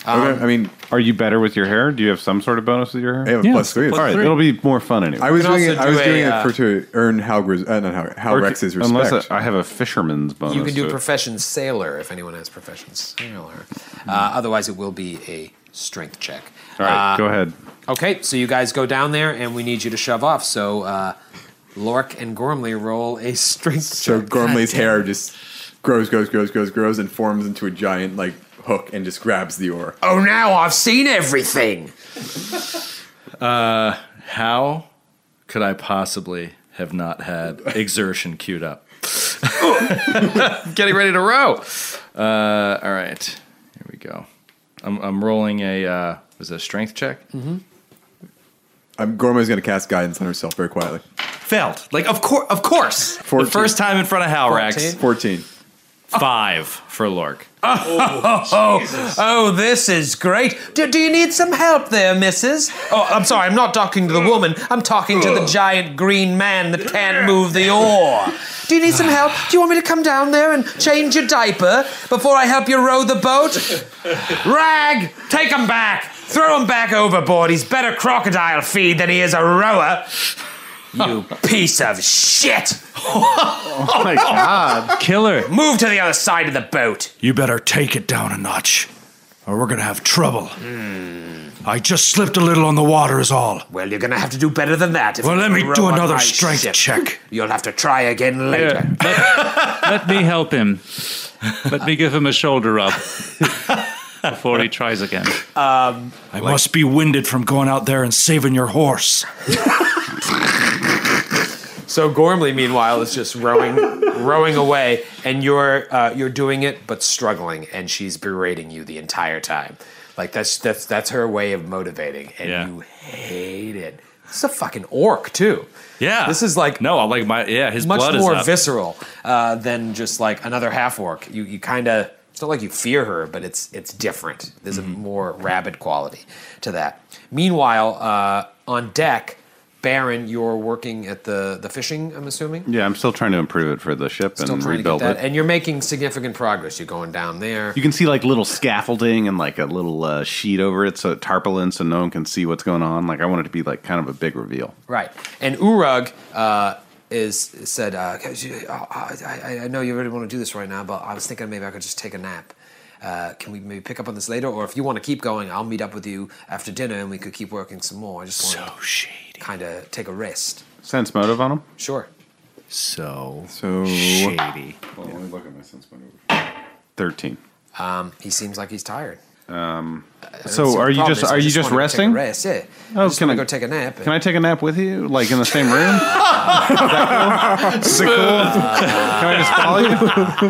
[SPEAKER 7] Okay, I mean,
[SPEAKER 6] Are you better with your hair? Do you have some sort of bonus with your
[SPEAKER 7] I
[SPEAKER 6] hair?
[SPEAKER 7] have a plus three.
[SPEAKER 6] All right, it'll be more fun anyway.
[SPEAKER 7] I was
[SPEAKER 2] You can
[SPEAKER 7] doing it.
[SPEAKER 2] also
[SPEAKER 7] I was
[SPEAKER 2] do
[SPEAKER 7] doing
[SPEAKER 2] a,
[SPEAKER 7] it
[SPEAKER 2] uh,
[SPEAKER 7] for to earn Halgris, uh, not Hal, Hal Rex's
[SPEAKER 6] Or- Unless
[SPEAKER 12] uh,
[SPEAKER 7] respect.
[SPEAKER 6] I, I have a fisherman's bonus.
[SPEAKER 2] You can do
[SPEAKER 6] so-
[SPEAKER 2] profession sailor if anyone has profession sailor. Uh, otherwise, it will be a strength check. Uh,
[SPEAKER 6] All right, go ahead.
[SPEAKER 2] Okay, so you guys go down there, and we need you to shove off. So, uh, Lork and Gormley roll a strength
[SPEAKER 7] so
[SPEAKER 2] check.
[SPEAKER 7] Gormley's hair just grows, grows, grows, grows, grows, and forms into a giant like hook and just grabs the ore.
[SPEAKER 2] Oh, now I've seen everything.
[SPEAKER 8] How could I possibly have not had exertion queued up? Getting ready to row. Uh, all right, here we go. I'm, I'm rolling a uh, was it a strength check?
[SPEAKER 2] Mm-hmm.
[SPEAKER 7] Um, Gorma's gonna cast guidance on herself very quietly.
[SPEAKER 8] Failed. Like of course, of course. The
[SPEAKER 7] 14.
[SPEAKER 8] first time in front of Halrax.
[SPEAKER 2] Fourteen?
[SPEAKER 7] Fourteen.
[SPEAKER 8] Five for Lork.
[SPEAKER 2] Oh, this is great. Do, do you need some help there, missus? Oh, I'm sorry, I'm not talking to the woman. I'm talking to the giant green man that can't move the oar. Do you need some help? Do you want me to come down there and change your diaper before I help you row the boat? Rag, take him back. Throw him back overboard. He's better crocodile feed than he is a rower. You piece of shit.
[SPEAKER 6] Oh my god.
[SPEAKER 4] Killer.
[SPEAKER 2] Move to the other side of the boat.
[SPEAKER 10] You better take it down a notch, or we're gonna have trouble. I just slipped a little on the water, is all.
[SPEAKER 2] Hmm. Well, you're gonna have to do better than that. if
[SPEAKER 10] Well,
[SPEAKER 2] you
[SPEAKER 10] let me
[SPEAKER 2] row
[SPEAKER 10] do
[SPEAKER 2] on
[SPEAKER 10] another
[SPEAKER 2] my
[SPEAKER 10] strength
[SPEAKER 2] ship.
[SPEAKER 10] check.
[SPEAKER 2] You'll have to try again later.
[SPEAKER 4] Here, let, let me help him. Let me give him a shoulder rub before he tries again.
[SPEAKER 10] I must be winded from going out there and saving your horse.
[SPEAKER 2] So Gormley, meanwhile, is just rowing, rowing away, and you're uh, you're doing it, but struggling, and she's berating you the entire time. Like that's that's that's her way of motivating, and
[SPEAKER 8] Yeah.
[SPEAKER 2] you hate it. This is a fucking orc too.
[SPEAKER 8] Yeah.
[SPEAKER 2] this is like
[SPEAKER 8] no, I like my yeah. His
[SPEAKER 2] much
[SPEAKER 8] blood
[SPEAKER 2] more
[SPEAKER 8] is up.
[SPEAKER 2] visceral uh, than just like another half orc. You you kind of it's not like you fear her, but it's it's different. There's a
[SPEAKER 6] Mm-hmm.
[SPEAKER 2] more rabid quality to that. Meanwhile, uh, on deck, Baron, you're working at the the fishing. I'm assuming.
[SPEAKER 6] Yeah, I'm still trying to improve it for the ship
[SPEAKER 2] Still
[SPEAKER 6] and
[SPEAKER 2] trying to get
[SPEAKER 6] rebuild
[SPEAKER 2] that,
[SPEAKER 6] it.
[SPEAKER 2] and you're making significant progress. You're going down there.
[SPEAKER 6] You can see like little scaffolding and like a little uh, sheet over it, so tarpaulin, so no one can see what's going on. Like I want it to be like kind of a big reveal.
[SPEAKER 2] Right. And Urug uh, is said, uh, "Guys, you- oh, I, I- I know you really want to do this right now, but I was thinking maybe I could just take a nap. Uh, can we maybe pick up on this later? Or if you want to keep going, I'll meet up with you after dinner and we could keep working some more. I just want to kind of take a rest.
[SPEAKER 6] Sense motive on him.
[SPEAKER 2] Sure.
[SPEAKER 10] So
[SPEAKER 7] So
[SPEAKER 10] shady.
[SPEAKER 6] Oh, Let me look at my sense motive. Thirteen.
[SPEAKER 2] Um, he seems like he's tired.
[SPEAKER 6] Um,
[SPEAKER 2] Uh,
[SPEAKER 6] So are you just are you just resting?
[SPEAKER 2] Rest, yeah. I
[SPEAKER 6] Oh,
[SPEAKER 2] just
[SPEAKER 6] can
[SPEAKER 2] want to go
[SPEAKER 6] I-
[SPEAKER 2] take a nap.
[SPEAKER 6] Can I take a nap with you, like in the same room? Is that cool? Is it cool? Can I just follow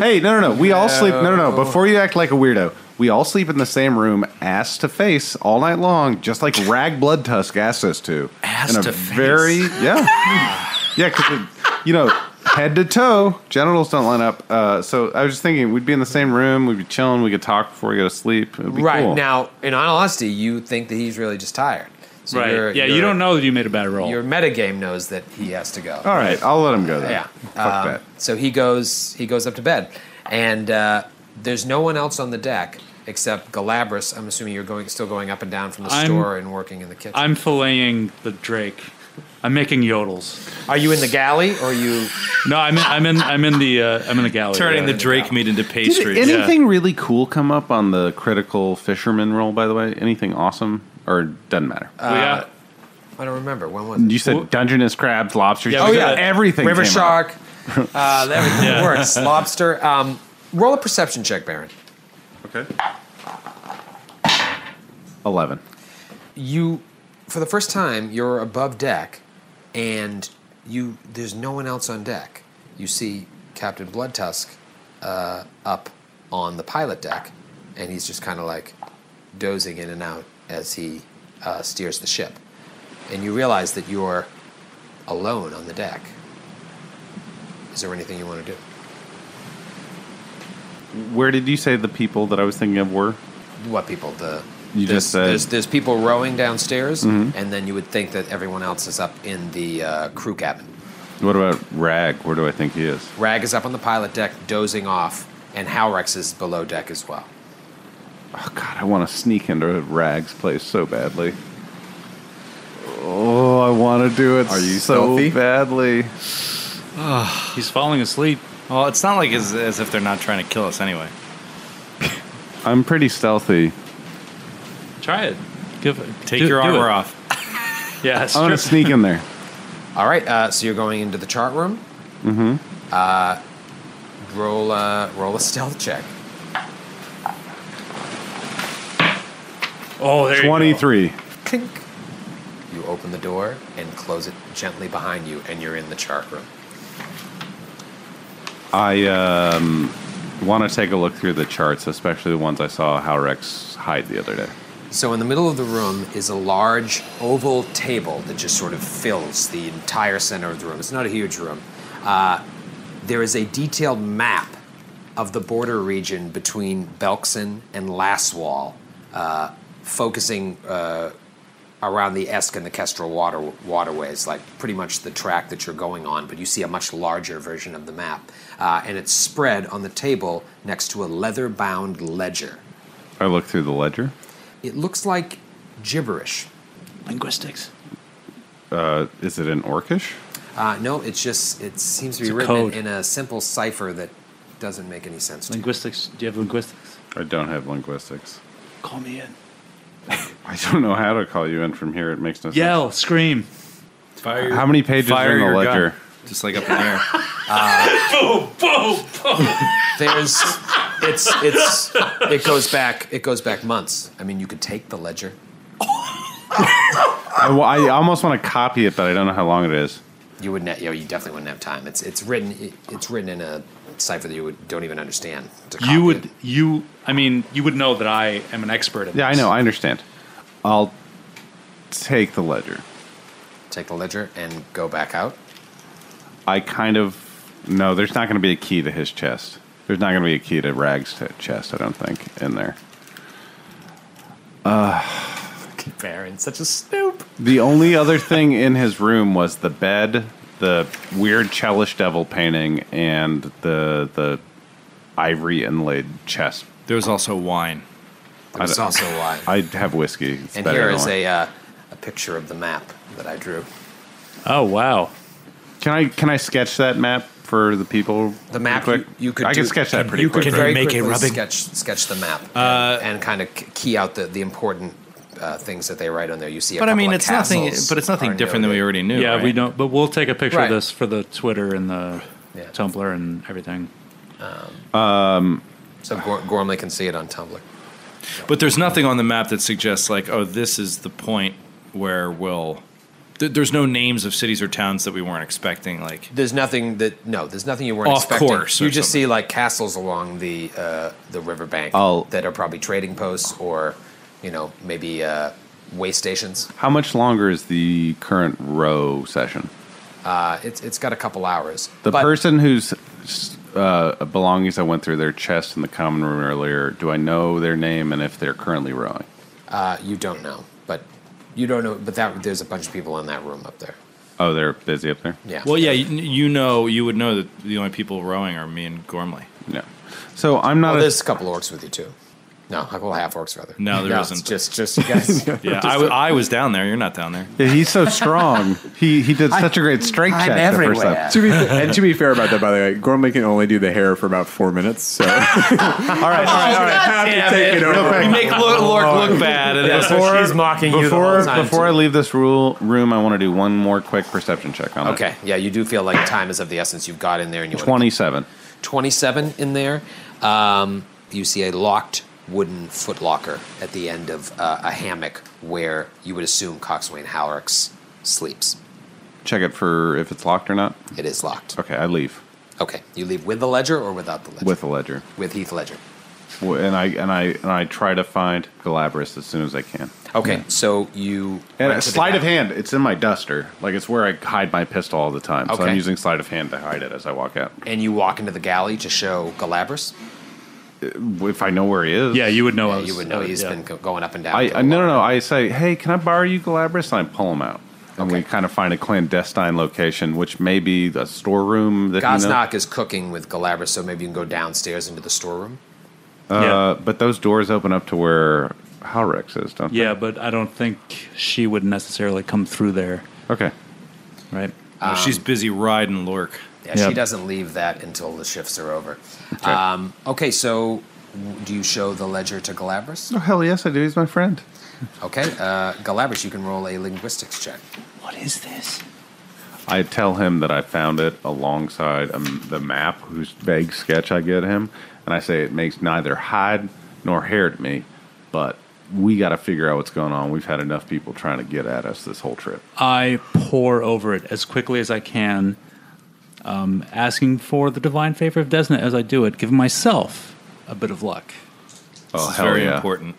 [SPEAKER 6] you? Hey, no, no, no. We all sleep. No, no, no. Before you act like a weirdo, we all sleep in the same room, ass to face, all night long, just like Rag Blood Tusk asked us to.
[SPEAKER 10] Ass
[SPEAKER 6] in a
[SPEAKER 10] to face.
[SPEAKER 6] Very, yeah, yeah. Because you know, head to toe, genitals don't line up. Uh, so I was just thinking, we'd be in the same room, we'd be chilling, we could talk before we go to sleep. It'd be
[SPEAKER 2] right.
[SPEAKER 6] cool.
[SPEAKER 2] Now, in all honesty, you think that he's really just tired. So
[SPEAKER 4] Right.
[SPEAKER 2] you're-
[SPEAKER 4] yeah, you
[SPEAKER 2] you're-
[SPEAKER 4] don't know that you made a bad roll.
[SPEAKER 2] Your metagame knows that he has to go.
[SPEAKER 6] All right, I'll let him go then.
[SPEAKER 2] Yeah.
[SPEAKER 6] Fuck
[SPEAKER 2] Um,
[SPEAKER 6] that.
[SPEAKER 2] So he goes. He goes up to bed, and uh, there's no one else on the deck except Galabras. I'm assuming you're going, still going up and down from the
[SPEAKER 4] I'm-
[SPEAKER 2] store and working in the kitchen.
[SPEAKER 4] I'm filleting the Drake. I'm making yodels.
[SPEAKER 2] are you in the galley or are you?
[SPEAKER 4] No, I'm in. I'm in. I'm in the. Uh, I'm in the gallery.
[SPEAKER 8] Turning
[SPEAKER 4] yeah.
[SPEAKER 8] the Drake meat into
[SPEAKER 6] Did
[SPEAKER 8] pastry.
[SPEAKER 6] anything really cool come up on the critical fisherman roll? By the way, anything awesome or doesn't matter?
[SPEAKER 4] Well, yeah.
[SPEAKER 2] I don't remember. When was? It?
[SPEAKER 6] you said Dungeness crabs, lobsters.
[SPEAKER 4] Yeah, we got it.
[SPEAKER 6] everything.
[SPEAKER 2] River
[SPEAKER 6] came up.
[SPEAKER 2] shark. Uh, everything works. Lobster. Um, roll a perception check, Baron.
[SPEAKER 6] Eleven.
[SPEAKER 2] you for the first time you're above deck and you there's no one else on deck you see captain bloodtusk uh, up on the pilot deck and he's just kind of like dozing in and out as he uh, steers the ship and you realize that you're alone on the deck is there anything you want to do
[SPEAKER 6] Where did you say the people that I was thinking of were?
[SPEAKER 2] what people the
[SPEAKER 6] You
[SPEAKER 2] there's,
[SPEAKER 6] just said- Mm-hmm.
[SPEAKER 2] there's, there's people rowing downstairs and then you would think that everyone else is up in the uh, crew cabin
[SPEAKER 6] What about Rag? Where do I think he is?
[SPEAKER 2] Rag is up on the pilot deck, dozing off, and Halrex is below deck as well.
[SPEAKER 6] Oh God, I want to sneak into Rag's place so badly. Oh, I want to do it.
[SPEAKER 7] Are you
[SPEAKER 6] so
[SPEAKER 7] stealthy?
[SPEAKER 6] badly?
[SPEAKER 4] He's falling asleep.
[SPEAKER 8] Well, it's not like as, as if they're not trying to kill us anyway.
[SPEAKER 6] I'm pretty stealthy.
[SPEAKER 4] Try it. Give.
[SPEAKER 8] Take
[SPEAKER 4] do-
[SPEAKER 8] your
[SPEAKER 4] do
[SPEAKER 8] armor
[SPEAKER 4] it.
[SPEAKER 8] off.
[SPEAKER 4] Yeah.
[SPEAKER 6] I'm gonna
[SPEAKER 4] strip-
[SPEAKER 6] sneak in there.
[SPEAKER 2] All right, uh, so you're going into the chart room. Mm-hmm. Uh, roll a roll a stealth check.
[SPEAKER 4] Oh, there you go.
[SPEAKER 6] 23.
[SPEAKER 2] Clink. You open the door and close it gently behind you, and you're in the chart room.
[SPEAKER 6] I um, want to take a look through the charts, especially the ones I saw Halrex hide the other day.
[SPEAKER 2] So, in the middle of the room is a large oval table that just sort of fills the entire center of the room. It's not a huge room. Uh, there is a detailed map of the border region between Belkson and Laswall, uh, focusing uh, around the Esk and the Kestrel water, waterways, like pretty much the track that you're going on, but you see a much larger version of the map. Uh, and it's spread on the table next to a leather bound ledger.
[SPEAKER 6] I look through the ledger.
[SPEAKER 2] It looks like gibberish.
[SPEAKER 4] Linguistics.
[SPEAKER 6] Uh, is it in Orcish?
[SPEAKER 2] Uh, no, it's just, it seems to be
[SPEAKER 4] It's a
[SPEAKER 2] written
[SPEAKER 4] code.
[SPEAKER 2] in, in a simple cipher that doesn't make any sense to you.
[SPEAKER 4] Linguistics. Do you have linguistics?
[SPEAKER 6] I don't have linguistics.
[SPEAKER 4] Call me in.
[SPEAKER 6] I don't know how to call you in from here. It makes no
[SPEAKER 4] Yell, scream.
[SPEAKER 6] sense. How many pages are in the
[SPEAKER 8] your gun.
[SPEAKER 6] ledger?
[SPEAKER 8] Just like up in the air. Oh,
[SPEAKER 2] There's, it's, it's, it goes back, it goes back months. I mean, you could take the ledger.
[SPEAKER 6] I, well, I almost want to copy it, but I don't know how long it is.
[SPEAKER 2] You would not. You, know, you definitely wouldn't have time. It's it's written. It, it's written in a cipher that you would, don't even understand. To copy
[SPEAKER 4] You would,
[SPEAKER 2] it.
[SPEAKER 4] you, I mean, you would know that I am an expert at
[SPEAKER 6] Yeah, I
[SPEAKER 4] this.
[SPEAKER 6] know. I understand. I'll take the ledger.
[SPEAKER 2] take the ledger and go back out.
[SPEAKER 6] I kind of no. There's not going to be a key to his chest. There's not going to be a key to Rag's t- chest. I don't think in there.
[SPEAKER 2] Baron, such a snoop.
[SPEAKER 6] The only other thing in his room was the bed, the weird Chelish devil painting, and the the ivory inlaid chest.
[SPEAKER 8] There was also wine.
[SPEAKER 2] It was
[SPEAKER 6] don't-
[SPEAKER 2] also why.
[SPEAKER 6] I have whiskey. It's
[SPEAKER 2] and
[SPEAKER 6] better
[SPEAKER 2] here
[SPEAKER 6] than
[SPEAKER 2] is
[SPEAKER 6] wine.
[SPEAKER 2] a uh, a picture of the map that I drew.
[SPEAKER 4] Oh, wow.
[SPEAKER 6] Can I can I sketch that map for the people?
[SPEAKER 2] The map
[SPEAKER 6] real
[SPEAKER 2] you,
[SPEAKER 6] quick?
[SPEAKER 2] you could.
[SPEAKER 6] I
[SPEAKER 2] do,
[SPEAKER 6] can sketch that pretty
[SPEAKER 2] you
[SPEAKER 6] quick. Uh,
[SPEAKER 2] Could
[SPEAKER 10] Can
[SPEAKER 2] very
[SPEAKER 10] you make a
[SPEAKER 2] quickly
[SPEAKER 10] rubbing?
[SPEAKER 2] sketch sketch the map and, kind of key out the the important uh, things that they write on there. You see, a
[SPEAKER 8] But I
[SPEAKER 2] couple
[SPEAKER 8] mean,
[SPEAKER 2] of
[SPEAKER 8] it's nothing.
[SPEAKER 2] castles
[SPEAKER 8] But it's
[SPEAKER 2] are
[SPEAKER 8] nothing different than we
[SPEAKER 2] noted.
[SPEAKER 8] already knew.
[SPEAKER 4] Yeah, we
[SPEAKER 8] right?
[SPEAKER 4] don't, but we'll take a picture
[SPEAKER 2] Right.
[SPEAKER 4] of this for the Twitter and the
[SPEAKER 2] Yeah.
[SPEAKER 4] Tumblr and everything.
[SPEAKER 2] So Gor- Gormley can see it on Tumblr.
[SPEAKER 8] But there's nothing on the map that suggests like, oh, this is the point where we'll. Th- there's no names of cities or towns that we weren't expecting. Like,
[SPEAKER 2] There's nothing that no. There's nothing you weren't
[SPEAKER 8] Off
[SPEAKER 2] expecting.
[SPEAKER 8] course or
[SPEAKER 2] you just
[SPEAKER 8] something.
[SPEAKER 2] see like castles along the uh, the riverbank
[SPEAKER 6] I'll-
[SPEAKER 2] that are probably trading posts or you know maybe uh, way stations.
[SPEAKER 6] How much longer is the current row session?
[SPEAKER 2] Uh, it's it's got a couple hours.
[SPEAKER 6] The
[SPEAKER 2] But
[SPEAKER 6] person whose uh, belongings I went through their chest in the common room earlier. Do I know their name and if they're currently rowing?
[SPEAKER 2] uh, you don't know, but you don't know. But that there's a bunch of people in that room up there.
[SPEAKER 6] Oh, they're busy up there.
[SPEAKER 2] Yeah.
[SPEAKER 8] well, yeah, you, you know, you would know that the only people rowing are me and Gormley.
[SPEAKER 6] No. So I'm not.
[SPEAKER 2] Oh,
[SPEAKER 6] a-
[SPEAKER 2] there's a couple orcs with you too. No, a couple half orcs rather.
[SPEAKER 8] No, there
[SPEAKER 2] there
[SPEAKER 8] isn't.
[SPEAKER 2] Just just you guys.
[SPEAKER 8] Yeah, I, w- I was down there. You're not down there.
[SPEAKER 6] Yeah, he's so strong. he he did such a great strength check the first time.
[SPEAKER 7] To be fa- and to be fair about that, by the way, Gormley can only do the hair for about four minutes, so
[SPEAKER 6] All right, all right, all right.
[SPEAKER 7] have to take it over.
[SPEAKER 8] You make Lork look bad. And it's-
[SPEAKER 2] so she's mocking you the
[SPEAKER 6] before,
[SPEAKER 2] whole time,
[SPEAKER 6] Before
[SPEAKER 2] too.
[SPEAKER 6] I leave this rule room, I want to do one more quick perception check on that.
[SPEAKER 2] Okay. Yeah, you do feel like time is of the essence. You've got in there and you want
[SPEAKER 6] Twenty-seven.
[SPEAKER 2] 27 in there. Um, you see a locked wooden footlocker at the end of uh, a hammock where you would assume Coxwain Halrex sleeps.
[SPEAKER 6] Check it for if it's locked or not.
[SPEAKER 2] It is locked.
[SPEAKER 6] Okay, I leave
[SPEAKER 2] Okay. You leave with the ledger or without the ledger?
[SPEAKER 6] with a ledger,
[SPEAKER 2] With Heath Ledger.
[SPEAKER 6] W- and I and I and I try to find Galabras as soon as I can.
[SPEAKER 2] Okay. So you.
[SPEAKER 6] And
[SPEAKER 2] went
[SPEAKER 6] a
[SPEAKER 2] to the
[SPEAKER 6] sleight of
[SPEAKER 2] back.
[SPEAKER 6] hand, it's in my duster. Like it's where I hide my pistol all the time. So
[SPEAKER 2] Okay.
[SPEAKER 6] I'm using sleight of hand to hide it as I walk out.
[SPEAKER 2] And you walk into the galley to show Galabras.
[SPEAKER 6] If I know where he is.
[SPEAKER 4] Yeah, you would know. I
[SPEAKER 2] Yeah,
[SPEAKER 4] was-
[SPEAKER 2] you would know
[SPEAKER 4] uh,
[SPEAKER 2] he's
[SPEAKER 4] yeah.
[SPEAKER 2] been go- going up and down.
[SPEAKER 6] I,
[SPEAKER 2] for a
[SPEAKER 6] I no no
[SPEAKER 2] while.
[SPEAKER 6] no. I say, hey, can I borrow you Galabras? And I pull him out. And we
[SPEAKER 2] Okay.
[SPEAKER 6] kind of find a clandestine location, which may be a storeroom that he knows.
[SPEAKER 2] Gosnock is cooking with Galabras, so maybe you can go downstairs into the storeroom.
[SPEAKER 6] Uh, But those doors open up to where Halrex is, don't
[SPEAKER 4] yeah. yeah, but I don't think she would necessarily come through there,
[SPEAKER 6] they? Okay.
[SPEAKER 4] right?
[SPEAKER 8] No, Uh, she's busy riding Lork.
[SPEAKER 2] Yeah,
[SPEAKER 4] Yeah.
[SPEAKER 2] she doesn't leave that until the shifts are over.
[SPEAKER 6] Okay.
[SPEAKER 2] Um, okay, so w- do you show the ledger to Galabras?
[SPEAKER 6] Oh, hell yes, I do. He's my friend.
[SPEAKER 2] Okay, uh, Galabras, you can roll a linguistics check.
[SPEAKER 4] What is this?
[SPEAKER 6] I tell him that I found it alongside um, the map, whose vague sketch I get him, and I say it makes neither hide nor hair to me, but we got to figure out what's going on. We've had enough people trying to get at us this whole trip.
[SPEAKER 4] I pour over it as quickly as I can, um, asking for the divine favor of Desna as I do it, giving myself a bit of luck.
[SPEAKER 6] Oh,
[SPEAKER 8] It's
[SPEAKER 6] hell
[SPEAKER 8] very
[SPEAKER 6] yeah.
[SPEAKER 8] important.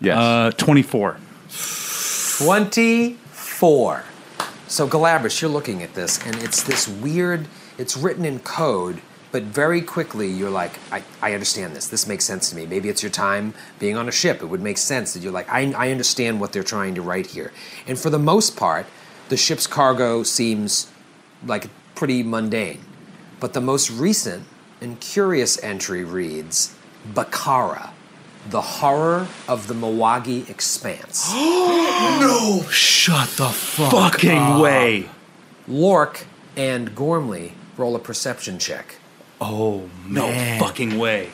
[SPEAKER 6] Yes.
[SPEAKER 4] Uh, 24.
[SPEAKER 2] 24. So, Galabras, you're looking at this, and it's this weird, it's written in code, but very quickly you're like, I, I understand this. This makes sense to me. Maybe it's your time being on a ship. It would make sense that you're like, I, I understand what they're trying to write here. And for the most part, the ship's cargo seems like pretty mundane. But the most recent and curious entry reads Bakara, the horror of the Mawagi expanse.
[SPEAKER 10] Shut the fuck.
[SPEAKER 4] Fucking way.
[SPEAKER 2] Lork and Gormley roll a perception check.
[SPEAKER 4] No fucking way.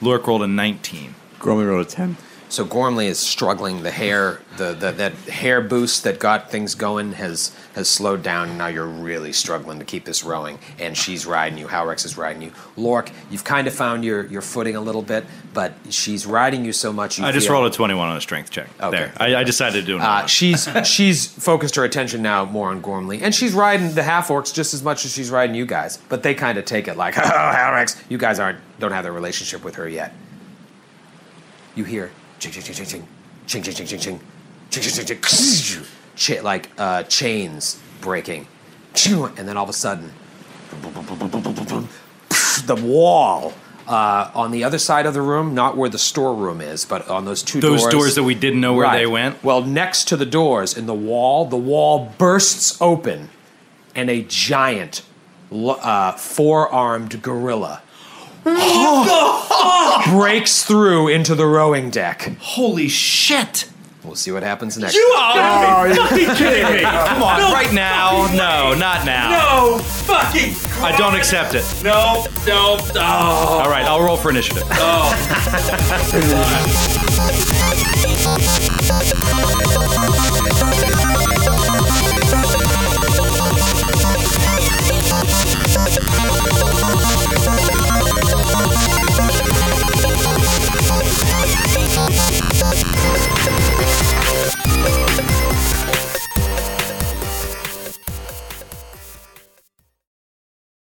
[SPEAKER 8] Lork rolled a 19.
[SPEAKER 7] Gormley rolled a 10.
[SPEAKER 2] So Gormley is struggling. The hair, the, the that hair boost that got things going has has slowed down. Now you're really struggling to keep this rowing, and she's riding you. Howrex is riding you. Lork, you've kind of found your your footing a little bit, but she's riding you so much. You
[SPEAKER 8] I just
[SPEAKER 2] feel-
[SPEAKER 8] rolled a 21 on a strength check.
[SPEAKER 2] Okay.
[SPEAKER 8] There. I, I decided to do it.
[SPEAKER 2] Uh, she's she's focused her attention now more on Gormley, and she's riding the half orcs just as much as she's riding you guys. But they kind of take it like, "Oh, Halrex, you guys aren't don't have the relationship with her yet." You hear ching ching ching ching ching ching ching ching ching ching ching ching ching ching Ch- like uh, chains breaking, and then all of a sudden, the wall. Uh, on the other side of the room, not where the storeroom is, but on those two
[SPEAKER 8] Those
[SPEAKER 2] doors.
[SPEAKER 8] doors that we didn't know where
[SPEAKER 2] Right.
[SPEAKER 8] they went.
[SPEAKER 2] Well, next to the doors in the wall, the wall bursts open, and a giant, lo- uh, four-armed gorilla breaks through into the rowing deck.
[SPEAKER 10] Holy shit!
[SPEAKER 2] We'll see what happens next.
[SPEAKER 4] You are fucking kidding me. Come on,
[SPEAKER 8] right now? No, not now.
[SPEAKER 4] No Oh, fucking.
[SPEAKER 8] I don't accept it.
[SPEAKER 4] No, no, oh.
[SPEAKER 8] All right, I'll roll for initiative.